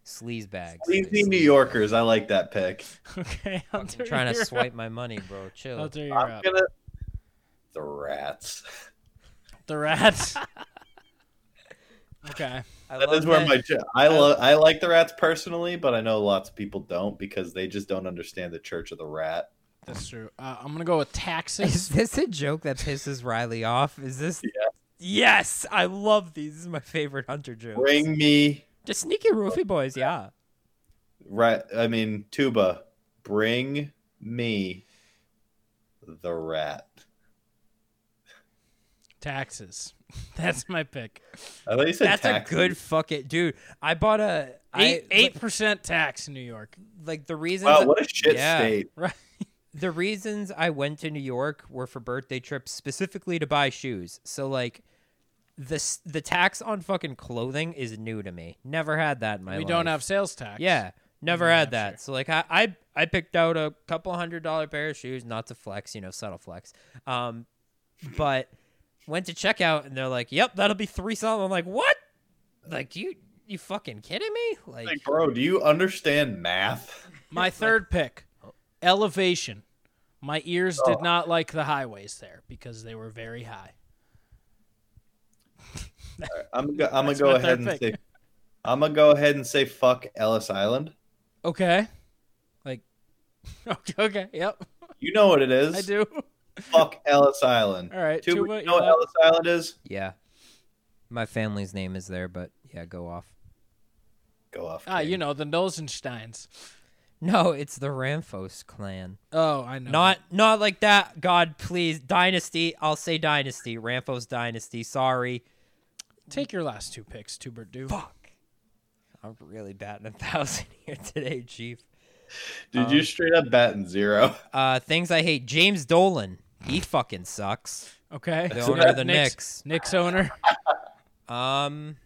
Speaker 1: sleaze bags. They're
Speaker 2: Sleazy New
Speaker 1: sleaze
Speaker 2: Yorkers, I like that pick.
Speaker 3: okay,
Speaker 1: bags.
Speaker 3: Hunter,
Speaker 1: I'm trying
Speaker 3: you're
Speaker 1: to
Speaker 3: up.
Speaker 1: swipe my money, bro. Chill.
Speaker 3: Hunter, you're
Speaker 2: I'm
Speaker 3: up.
Speaker 2: gonna the rats.
Speaker 3: The rats. Okay.
Speaker 1: I
Speaker 2: That
Speaker 1: love
Speaker 2: is where
Speaker 1: that-
Speaker 2: my ch- I love I like the rats personally, but I know lots of people don't because they just don't understand the church of the rat.
Speaker 3: That's true. Uh, I'm going to go with
Speaker 1: Is
Speaker 3: taxes.
Speaker 1: this a joke that pisses Riley off? Is this? Yes, I love these. This is my favorite hunter joke.
Speaker 2: Bring me
Speaker 1: Just sneaky roofie boys, yeah.
Speaker 2: rat. I mean tuba. Bring me the rat.
Speaker 3: taxes. That's my pick.
Speaker 2: I thought you said
Speaker 1: That's
Speaker 2: taxi.
Speaker 1: a good fuck it, dude. I bought a
Speaker 3: Eight
Speaker 1: I-
Speaker 3: eight percent tax in New York.
Speaker 1: like the reason.
Speaker 2: Wow, what a shit
Speaker 1: Yeah.
Speaker 2: state.
Speaker 3: Right.
Speaker 1: the reasons I went to New York were for birthday trips specifically to buy shoes. So like the s- the tax on fucking clothing is new to me. Never had that in my
Speaker 3: we
Speaker 1: life.
Speaker 3: don't have sales tax.
Speaker 1: Yeah, never
Speaker 3: New
Speaker 1: had that.
Speaker 3: Hampshire.
Speaker 1: So like I, I I picked out a couple hundred dollar pair of shoes, not to flex, you know, subtle flex. Um, but went to checkout and they're like, "Yep, that'll be three something." I'm like, "What? Like you you fucking kidding me?
Speaker 2: Like, bro, do you understand math?
Speaker 3: My third pick, elevation. My ears
Speaker 1: Oh.
Speaker 3: did not like the highways there because they were very high.
Speaker 2: I'm go- I'm gonna
Speaker 3: That's
Speaker 2: go
Speaker 3: my
Speaker 2: ahead
Speaker 3: third
Speaker 2: and
Speaker 3: pick.
Speaker 2: say I'm gonna go ahead and say fuck Ellis Island.
Speaker 3: Okay. Like Okay, okay. Yep.
Speaker 2: You know what it is.
Speaker 3: I do.
Speaker 2: Fuck Ellis Island.
Speaker 3: All right,
Speaker 2: Tuba,
Speaker 3: Tuba,
Speaker 2: you
Speaker 3: you're
Speaker 2: know what
Speaker 3: up.
Speaker 2: Ellis Island is?
Speaker 1: Yeah. My family's name is there, but yeah, go off.
Speaker 2: Go off.
Speaker 3: Ah,
Speaker 2: King.
Speaker 3: you know, the Nosensteins.
Speaker 1: No, it's the Ramphos clan.
Speaker 3: Oh, I know.
Speaker 1: Not not like that. God, please. Dynasty. I'll say dynasty. Ramphos dynasty. Sorry.
Speaker 3: take your last two picks, Tubert do.
Speaker 1: Fuck. I'm really batting a thousand here today, Chief.
Speaker 2: Did
Speaker 3: um,
Speaker 2: you straight up batting zero?
Speaker 1: Uh, things I hate. James Dolan. He fucking sucks.
Speaker 3: Okay.
Speaker 1: The owner of the
Speaker 3: Knicks.
Speaker 1: Knicks.
Speaker 3: Knicks owner.
Speaker 1: Um.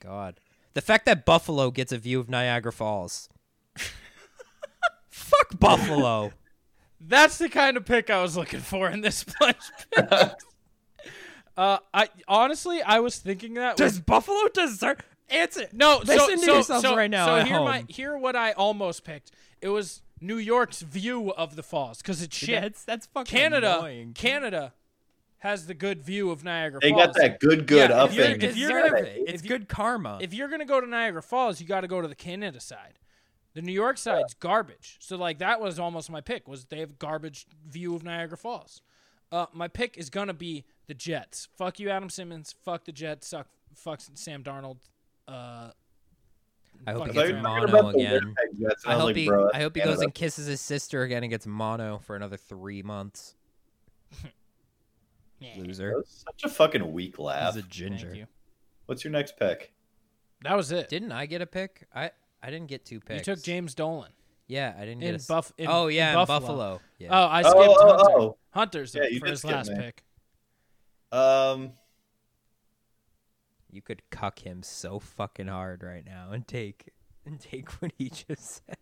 Speaker 1: God. The fact that Buffalo gets a view of Niagara Falls. Fuck Buffalo.
Speaker 3: That's the kind of pick I was looking for in this plunge pick. uh, I honestly, I was thinking that. was-
Speaker 1: Does Buffalo deserve answer?
Speaker 3: no,
Speaker 1: listen
Speaker 3: so,
Speaker 1: to
Speaker 3: so,
Speaker 1: yourselves
Speaker 3: so-
Speaker 1: right now
Speaker 3: So
Speaker 1: at
Speaker 3: here, my
Speaker 1: home.
Speaker 3: here, what I almost picked. It was New York's view of the falls because it's shit.
Speaker 1: That's, that's fucking
Speaker 3: Canada,
Speaker 1: annoying.
Speaker 3: Canada has the good view of Niagara
Speaker 2: They
Speaker 3: Falls.
Speaker 2: got that good, good
Speaker 3: Yeah,
Speaker 2: up
Speaker 3: if you're-
Speaker 2: thing.
Speaker 3: if you're
Speaker 1: Deserve
Speaker 3: gonna-
Speaker 1: it. It's good karma.
Speaker 3: if you're gonna go to Niagara Falls, you got to go to the Canada side. The New York side's garbage. So like that was almost my pick was they have garbage view of Niagara Falls. Uh, my pick is gonna be the Jets. Fuck you, Adam Simmons. Fuck the Jets. Suck. Fuck Sam Darnold. Uh,
Speaker 1: I hope he
Speaker 2: I thought
Speaker 3: fuck
Speaker 1: gets
Speaker 2: you were talking
Speaker 3: Andrew.
Speaker 1: mono
Speaker 2: about the
Speaker 1: again.
Speaker 2: Winnipeg Jets, and
Speaker 1: I
Speaker 2: was
Speaker 1: hope
Speaker 2: like,
Speaker 1: he
Speaker 2: bro,
Speaker 1: I
Speaker 2: that's
Speaker 1: hope he goes
Speaker 2: Canada.
Speaker 1: and kisses his sister again and gets mono for another three months.
Speaker 2: That
Speaker 1: Loser.
Speaker 2: was Such a fucking weak laugh.
Speaker 1: He's a ginger.
Speaker 3: Thank you.
Speaker 2: What's your next pick?
Speaker 3: That was it.
Speaker 1: Didn't I get a pick? I I didn't get two picks.
Speaker 3: You took James Dolan.
Speaker 1: Yeah, I didn't
Speaker 3: in
Speaker 1: get a.
Speaker 3: Buff- in-
Speaker 1: oh
Speaker 3: in
Speaker 1: yeah, in Uh,
Speaker 3: Buffalo.
Speaker 1: Yeah.
Speaker 3: Oh,
Speaker 2: Oh,
Speaker 3: I skipped
Speaker 2: oh,
Speaker 3: Hunter.
Speaker 2: oh.
Speaker 3: Hunter's
Speaker 2: Yeah,
Speaker 3: up
Speaker 2: you
Speaker 3: for
Speaker 2: did
Speaker 3: his
Speaker 2: skip
Speaker 3: last
Speaker 2: me.
Speaker 3: pick.
Speaker 2: Um,
Speaker 1: You could cuck him so fucking hard right now and take and take what he just said.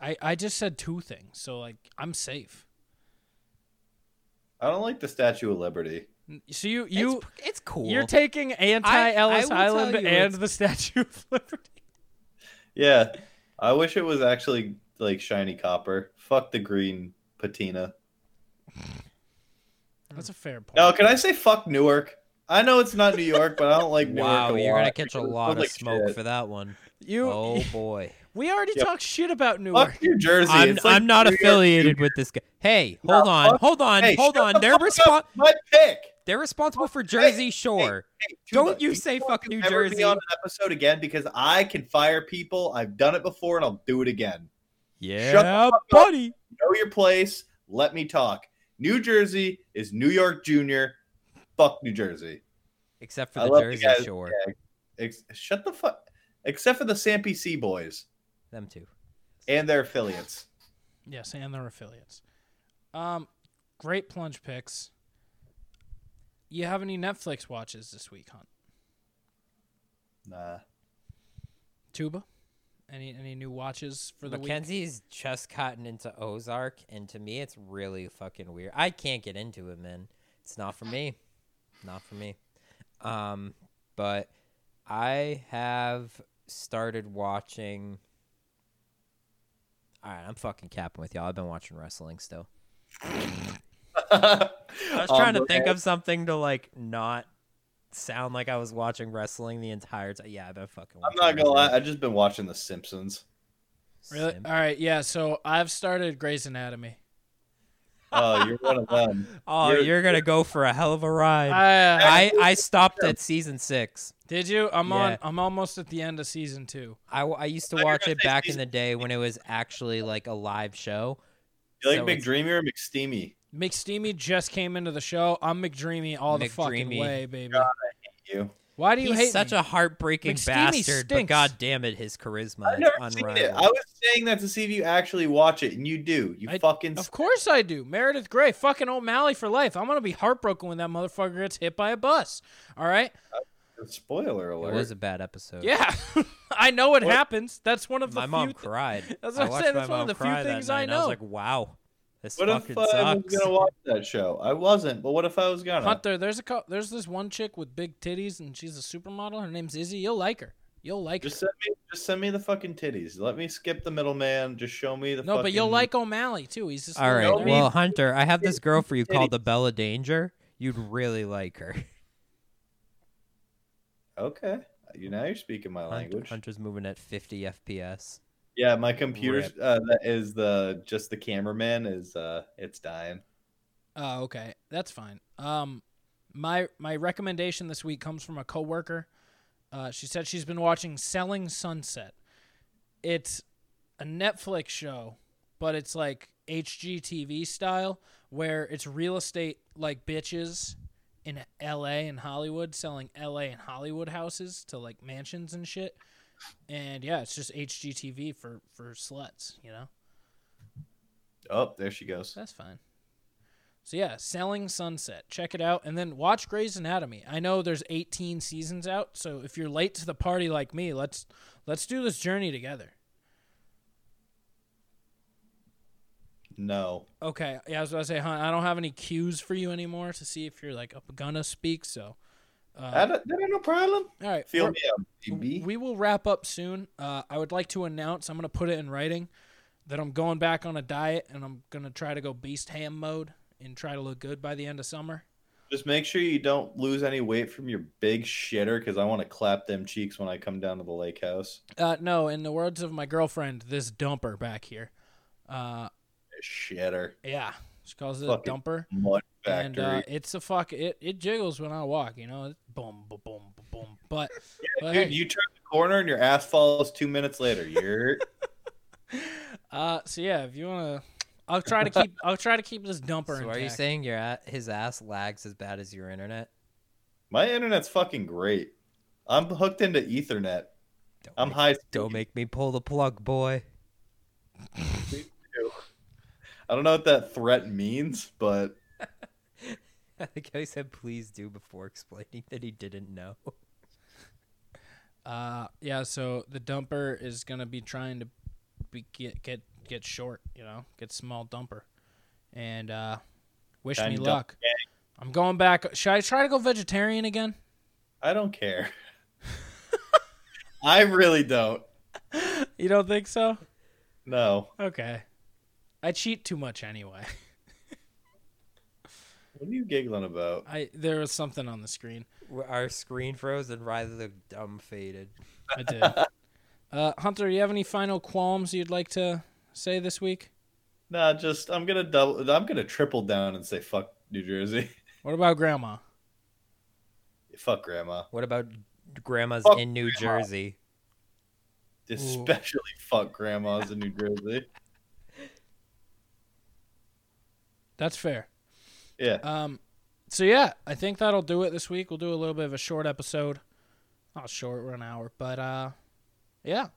Speaker 3: I, I just said two things, so like I'm safe.
Speaker 2: I don't like the Statue of Liberty.
Speaker 3: So you you
Speaker 1: it's, it's cool.
Speaker 3: you're taking anti Ellis
Speaker 1: I will
Speaker 3: Island
Speaker 1: tell you
Speaker 3: and
Speaker 1: it's-
Speaker 3: the Statue of Liberty.
Speaker 2: Yeah, I wish it was actually like shiny copper. Fuck the green patina.
Speaker 1: Hmm.
Speaker 3: That's a fair point.
Speaker 2: No, can I say fuck Newark? I know it's not New York, but I don't like Newark.
Speaker 1: wow,
Speaker 2: a
Speaker 1: you're
Speaker 2: lot
Speaker 1: gonna catch a
Speaker 2: because it
Speaker 1: lot
Speaker 2: smells
Speaker 1: of
Speaker 2: like
Speaker 1: smoke
Speaker 2: shit.
Speaker 1: for that one.
Speaker 3: you
Speaker 1: Oh boy.
Speaker 3: we already
Speaker 2: Yep.
Speaker 3: talked shit about Newark.
Speaker 2: Fuck New Jersey.
Speaker 1: I'm,
Speaker 2: It's like
Speaker 1: I'm not
Speaker 2: New York,
Speaker 1: affiliated
Speaker 2: dude.
Speaker 1: with this guy. Hey, hold on,
Speaker 2: fuck-
Speaker 1: hold on,
Speaker 2: Hey,
Speaker 1: hold
Speaker 2: shut
Speaker 1: on.
Speaker 2: the
Speaker 1: They're
Speaker 2: fuck
Speaker 1: respon
Speaker 2: up. My pick.
Speaker 1: They're responsible for Jersey Shore.
Speaker 2: Hey,
Speaker 1: Don't
Speaker 2: Tuba,
Speaker 1: you
Speaker 2: do
Speaker 1: say
Speaker 2: want
Speaker 1: fuck
Speaker 2: to
Speaker 1: New
Speaker 2: ever
Speaker 1: Jersey.
Speaker 2: Be on an episode again because I can fire people. I've done it before and I'll do it again.
Speaker 1: Yeah,
Speaker 2: fuck up.
Speaker 1: buddy.
Speaker 2: Know your place. Let me talk. New Jersey is New York Junior. Fuck New Jersey.
Speaker 1: Except for
Speaker 2: I
Speaker 1: the
Speaker 2: love you
Speaker 1: Jersey
Speaker 2: guys.
Speaker 1: Shore.
Speaker 2: Ex- shut the fuck. Except for the Sampc boys
Speaker 1: Them too.
Speaker 2: and their affiliates.
Speaker 3: Yes, and their affiliates. Um, great plunge picks. You have any Netflix watches this week, Hunt?
Speaker 2: Nah.
Speaker 3: Tuba? Any any new watches for the week?
Speaker 1: Mackenzie's just gotten into Ozark, and to me, it's really fucking weird. I can't get into it, man. It's not for me. Not for me. Um, but I have started watching. All right, I'm fucking capping with y'all. I've been watching wrestling still.
Speaker 2: I Um,
Speaker 1: I was trying to think of something to like not sound like I was watching wrestling the entire time. Yeah, I've been fucking.
Speaker 2: I'm
Speaker 1: Watching
Speaker 2: not gonna lie.
Speaker 1: wrestling.
Speaker 2: I've just been watching The Simpsons.
Speaker 3: Really?
Speaker 1: Simp.
Speaker 3: All right. Yeah. So I've started Grey's Anatomy.
Speaker 2: Oh, you're one of them.
Speaker 1: Oh,
Speaker 2: You're-
Speaker 1: you're, gonna go for a hell of a ride.
Speaker 3: I, uh,
Speaker 1: I I stopped at season six.
Speaker 3: did you? I'm
Speaker 1: Yeah.
Speaker 3: on. I'm almost at the end of season two.
Speaker 1: I, w- I used to
Speaker 2: I thought you were
Speaker 1: watch
Speaker 2: gonna
Speaker 1: it
Speaker 2: say
Speaker 1: back in
Speaker 2: season
Speaker 1: the day when it was actually like a live show.
Speaker 2: You like
Speaker 1: So
Speaker 2: Big
Speaker 1: it's-
Speaker 2: Dreamy or McSteamy?
Speaker 3: McSteamy just came into the show. I'm McDreamy all the fucking
Speaker 1: McDreamy.
Speaker 3: way, baby.
Speaker 2: You.
Speaker 3: Why do you
Speaker 1: He's
Speaker 3: hate
Speaker 1: such
Speaker 3: me?
Speaker 1: a heartbreaking
Speaker 3: McSteamy
Speaker 1: bastard, but
Speaker 3: stinks.
Speaker 1: god damn it, his charisma
Speaker 2: I've
Speaker 1: is
Speaker 2: never
Speaker 1: unrivaled.
Speaker 2: seen it. I was saying that to see if you actually watch it, and you do. You
Speaker 3: I-
Speaker 2: fucking.
Speaker 3: Of course I do. Meredith Grey, fucking O'Malley for life. I'm gonna be heartbroken when that motherfucker gets hit by a bus. All right.
Speaker 2: Spoiler
Speaker 1: It
Speaker 2: alert.
Speaker 1: was a bad episode.
Speaker 3: Yeah. I know it
Speaker 2: What?
Speaker 3: happens. That's one of the
Speaker 1: my mom
Speaker 3: few.
Speaker 1: cried.
Speaker 3: That's what
Speaker 1: I
Speaker 3: I'm
Speaker 1: watched
Speaker 3: saying,
Speaker 1: my
Speaker 3: that's one of
Speaker 1: mom
Speaker 3: the few
Speaker 1: cry that
Speaker 3: things I
Speaker 1: night, and I
Speaker 3: know.
Speaker 1: was like, wow, this
Speaker 2: What
Speaker 1: fucking
Speaker 2: if I was
Speaker 1: sucks.
Speaker 2: gonna watch that show? I wasn't, but what if I was gonna?
Speaker 3: Hunter, there's a co- there's this one chick with big titties and she's a supermodel. Her name's Izzy. You'll like her. You'll like
Speaker 2: Just
Speaker 3: her.
Speaker 2: send me, just send me the fucking titties. Let me skip the middleman. Just show me the.
Speaker 3: No, but you'll
Speaker 2: fucking-
Speaker 3: like O'Malley too. He's just
Speaker 1: All right,
Speaker 2: Nobody-
Speaker 1: well, Hunter, I have this girl for you called Abella Danger. You'd really like her.
Speaker 2: Okay, you now you're speaking my language.
Speaker 1: Hunter's moving at 50 FPS.
Speaker 2: Yeah, my computer's
Speaker 1: Rip.
Speaker 2: uh, that is the just the cameraman is uh it's dying.
Speaker 3: Oh, okay. That's fine. Um my my recommendation this week comes from a coworker. Uh she said she's been watching Selling Sunset. It's a Netflix show, but it's like HGTV style where it's real estate like bitches in LA and Hollywood selling LA and Hollywood houses to like mansions and shit. And yeah, it's just HGTV for for sluts, you know.
Speaker 2: Oh, there she goes.
Speaker 3: That's fine. So yeah, Selling Sunset. Check it out and then watch Grey's Anatomy. I know there's 18 seasons out, so if you're late to the party like me, let's let's do this journey together.
Speaker 2: No,
Speaker 3: Okay, yeah, I was about to say, huh, I don't have any cues for you anymore to see if you're like up gonna speak. So,
Speaker 2: I
Speaker 3: uh,
Speaker 2: don't, that ain't no problem.
Speaker 3: all right,
Speaker 2: Feel
Speaker 3: we're-
Speaker 2: me out, baby.
Speaker 3: We will wrap up soon. Uh, I would like to announce, I'm going to put it in writing, that I'm going back on a diet and I'm going to try to go beast ham mode and try to look good by the end of summer.
Speaker 2: Just make sure you don't lose any weight from your big shitter, because I want to clap them cheeks when I come down to the lake house.
Speaker 3: Uh, no, in the words of my girlfriend, this dumper back here. Uh,
Speaker 2: Shitter,
Speaker 3: yeah, she calls it
Speaker 2: Fucking
Speaker 3: a dumper.
Speaker 2: mud
Speaker 3: And
Speaker 2: factory.
Speaker 3: uh, it's a fuck. It, it jiggles when I walk, you know. It's boom, boom, boom, boom, boom. But, but
Speaker 2: Dude,
Speaker 3: hey.
Speaker 2: you turn the corner and your ass falls two minutes later. You're
Speaker 3: Uh, so yeah, if you wanna, I'll try to keep. I'll try to keep this dumper.
Speaker 1: So
Speaker 3: intact.
Speaker 1: are you saying your a- his ass lags as bad as your internet?
Speaker 2: my internet's fucking great. I'm hooked into Ethernet.
Speaker 1: Don't
Speaker 2: I'm
Speaker 1: make,
Speaker 2: high.
Speaker 1: Don't make me pull the plug, boy.
Speaker 2: I don't know what that threat means, but
Speaker 1: I think I said please do before explaining that he didn't know.
Speaker 3: Uh, yeah. So the dumper is gonna be trying to be, get get get short. You know, get small dumper, and uh, wish
Speaker 2: Tiny
Speaker 3: me
Speaker 2: dump
Speaker 3: luck. I'm going back. Should I try to go vegetarian again?
Speaker 2: I don't care. I really don't.
Speaker 3: You don't think so?
Speaker 2: No.
Speaker 3: Okay. I cheat too much anyway.
Speaker 2: What are you giggling about?
Speaker 3: I there was something on the screen.
Speaker 1: Our screen froze and Riley looked dumb faded.
Speaker 3: I did. uh, Hunter, you have any final qualms you'd like to say this week?
Speaker 2: Nah, just I'm gonna double. I'm gonna triple down and say fuck New Jersey,
Speaker 3: What about Grandma?
Speaker 2: fuck Grandma,
Speaker 1: What about grandmas
Speaker 2: Fuck
Speaker 1: in New Jersey?
Speaker 2: especially fuck grandmas in New Jersey.
Speaker 3: That's fair.
Speaker 2: Yeah.
Speaker 3: Um, so yeah, I think that'll do it this week. We'll do a little bit of a short episode. Not short, we're an hour, but uh, yeah.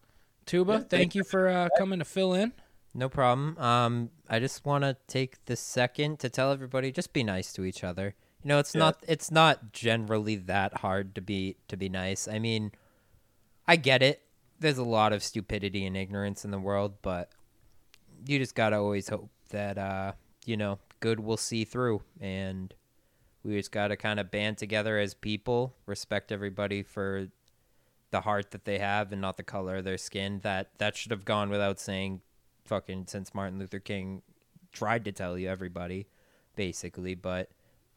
Speaker 3: Tuba,
Speaker 2: Yeah,
Speaker 3: thank,
Speaker 2: thank
Speaker 3: you for uh, coming to fill in.
Speaker 1: No problem. Um, I just want to take the second to tell everybody just be nice to each other. You know, it's
Speaker 2: Yeah.
Speaker 1: not it's not generally that hard to be to be nice. I mean, I get it. There's a lot of stupidity and ignorance in the world, but you just gotta always hope that uh, you know good will see through, and we just gotta kind of band together as people, respect everybody for the heart that they have and not the color of their skin. That that should have gone without saying fucking since Martin Luther King tried to tell you everybody basically, but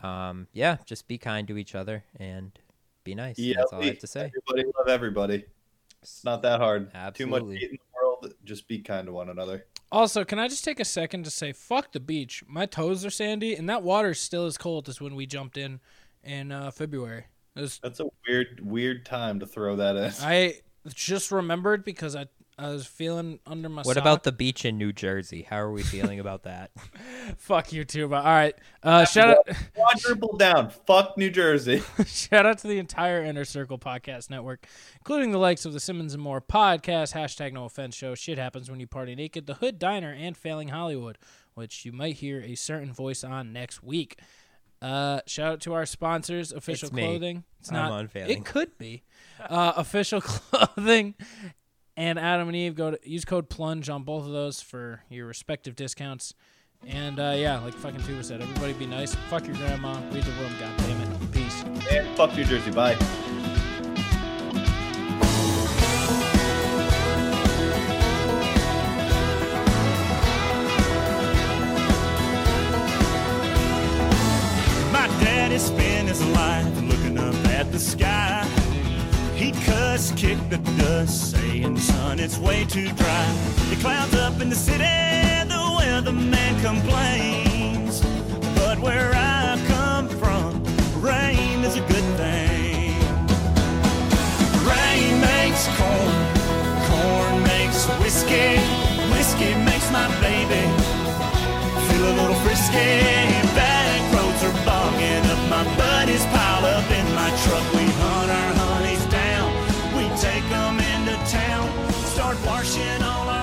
Speaker 1: um yeah, just be kind to each other and be nice.
Speaker 2: Yeah,
Speaker 1: That's all I have to say.
Speaker 2: Everybody love everybody. It's not that hard. Too
Speaker 1: Absolutely.
Speaker 2: much hate in the world. Just be kind to one another.
Speaker 3: Also, can I just take a second to say, fuck the beach. My toes are sandy, and that water's still as cold as when we jumped in in uh, February. It was-
Speaker 2: That's a weird, weird time to throw that in.
Speaker 3: I just remembered because I I was feeling under my.
Speaker 1: What about the beach in New Jersey? How are we feeling about that?
Speaker 3: fuck you too? But all right, uh, shout out.
Speaker 2: Quadruple down. Fuck New Jersey.
Speaker 3: Shout out to the entire Inner Circle Podcast Network, including the likes of the Simmons and More podcast, hashtag No Offense Show, Shit Happens When You Party Naked, The Hood Diner, and Failing Hollywood, which you might hear a certain voice on next week. Uh, shout out to our sponsors, Official
Speaker 1: It's me.
Speaker 3: Clothing. It's
Speaker 1: I'm
Speaker 3: not.
Speaker 1: on Failing.
Speaker 3: It could be. Uh, official Clothing and Adam and Eve. Go to use code Plunge on both of those for your respective discounts. And uh, yeah, like fucking Tuba said, everybody be nice. Fuck your grandma. Read the room. God damn it. Peace.
Speaker 2: And fuck New Jersey. Bye.
Speaker 5: My daddy spent his life looking up at the sky. He cussed, kicked the dust, saying, son, it's way too dry. The clouds up in the city, the weatherman complains. But where I come from, rain is a good thing. Rain makes corn, corn makes whiskey, whiskey makes my baby feel a little frisky. Back roads are bogging up. My buddies pile up in my truck. We hunt our honeys down. We take 'em into town. Start washing all our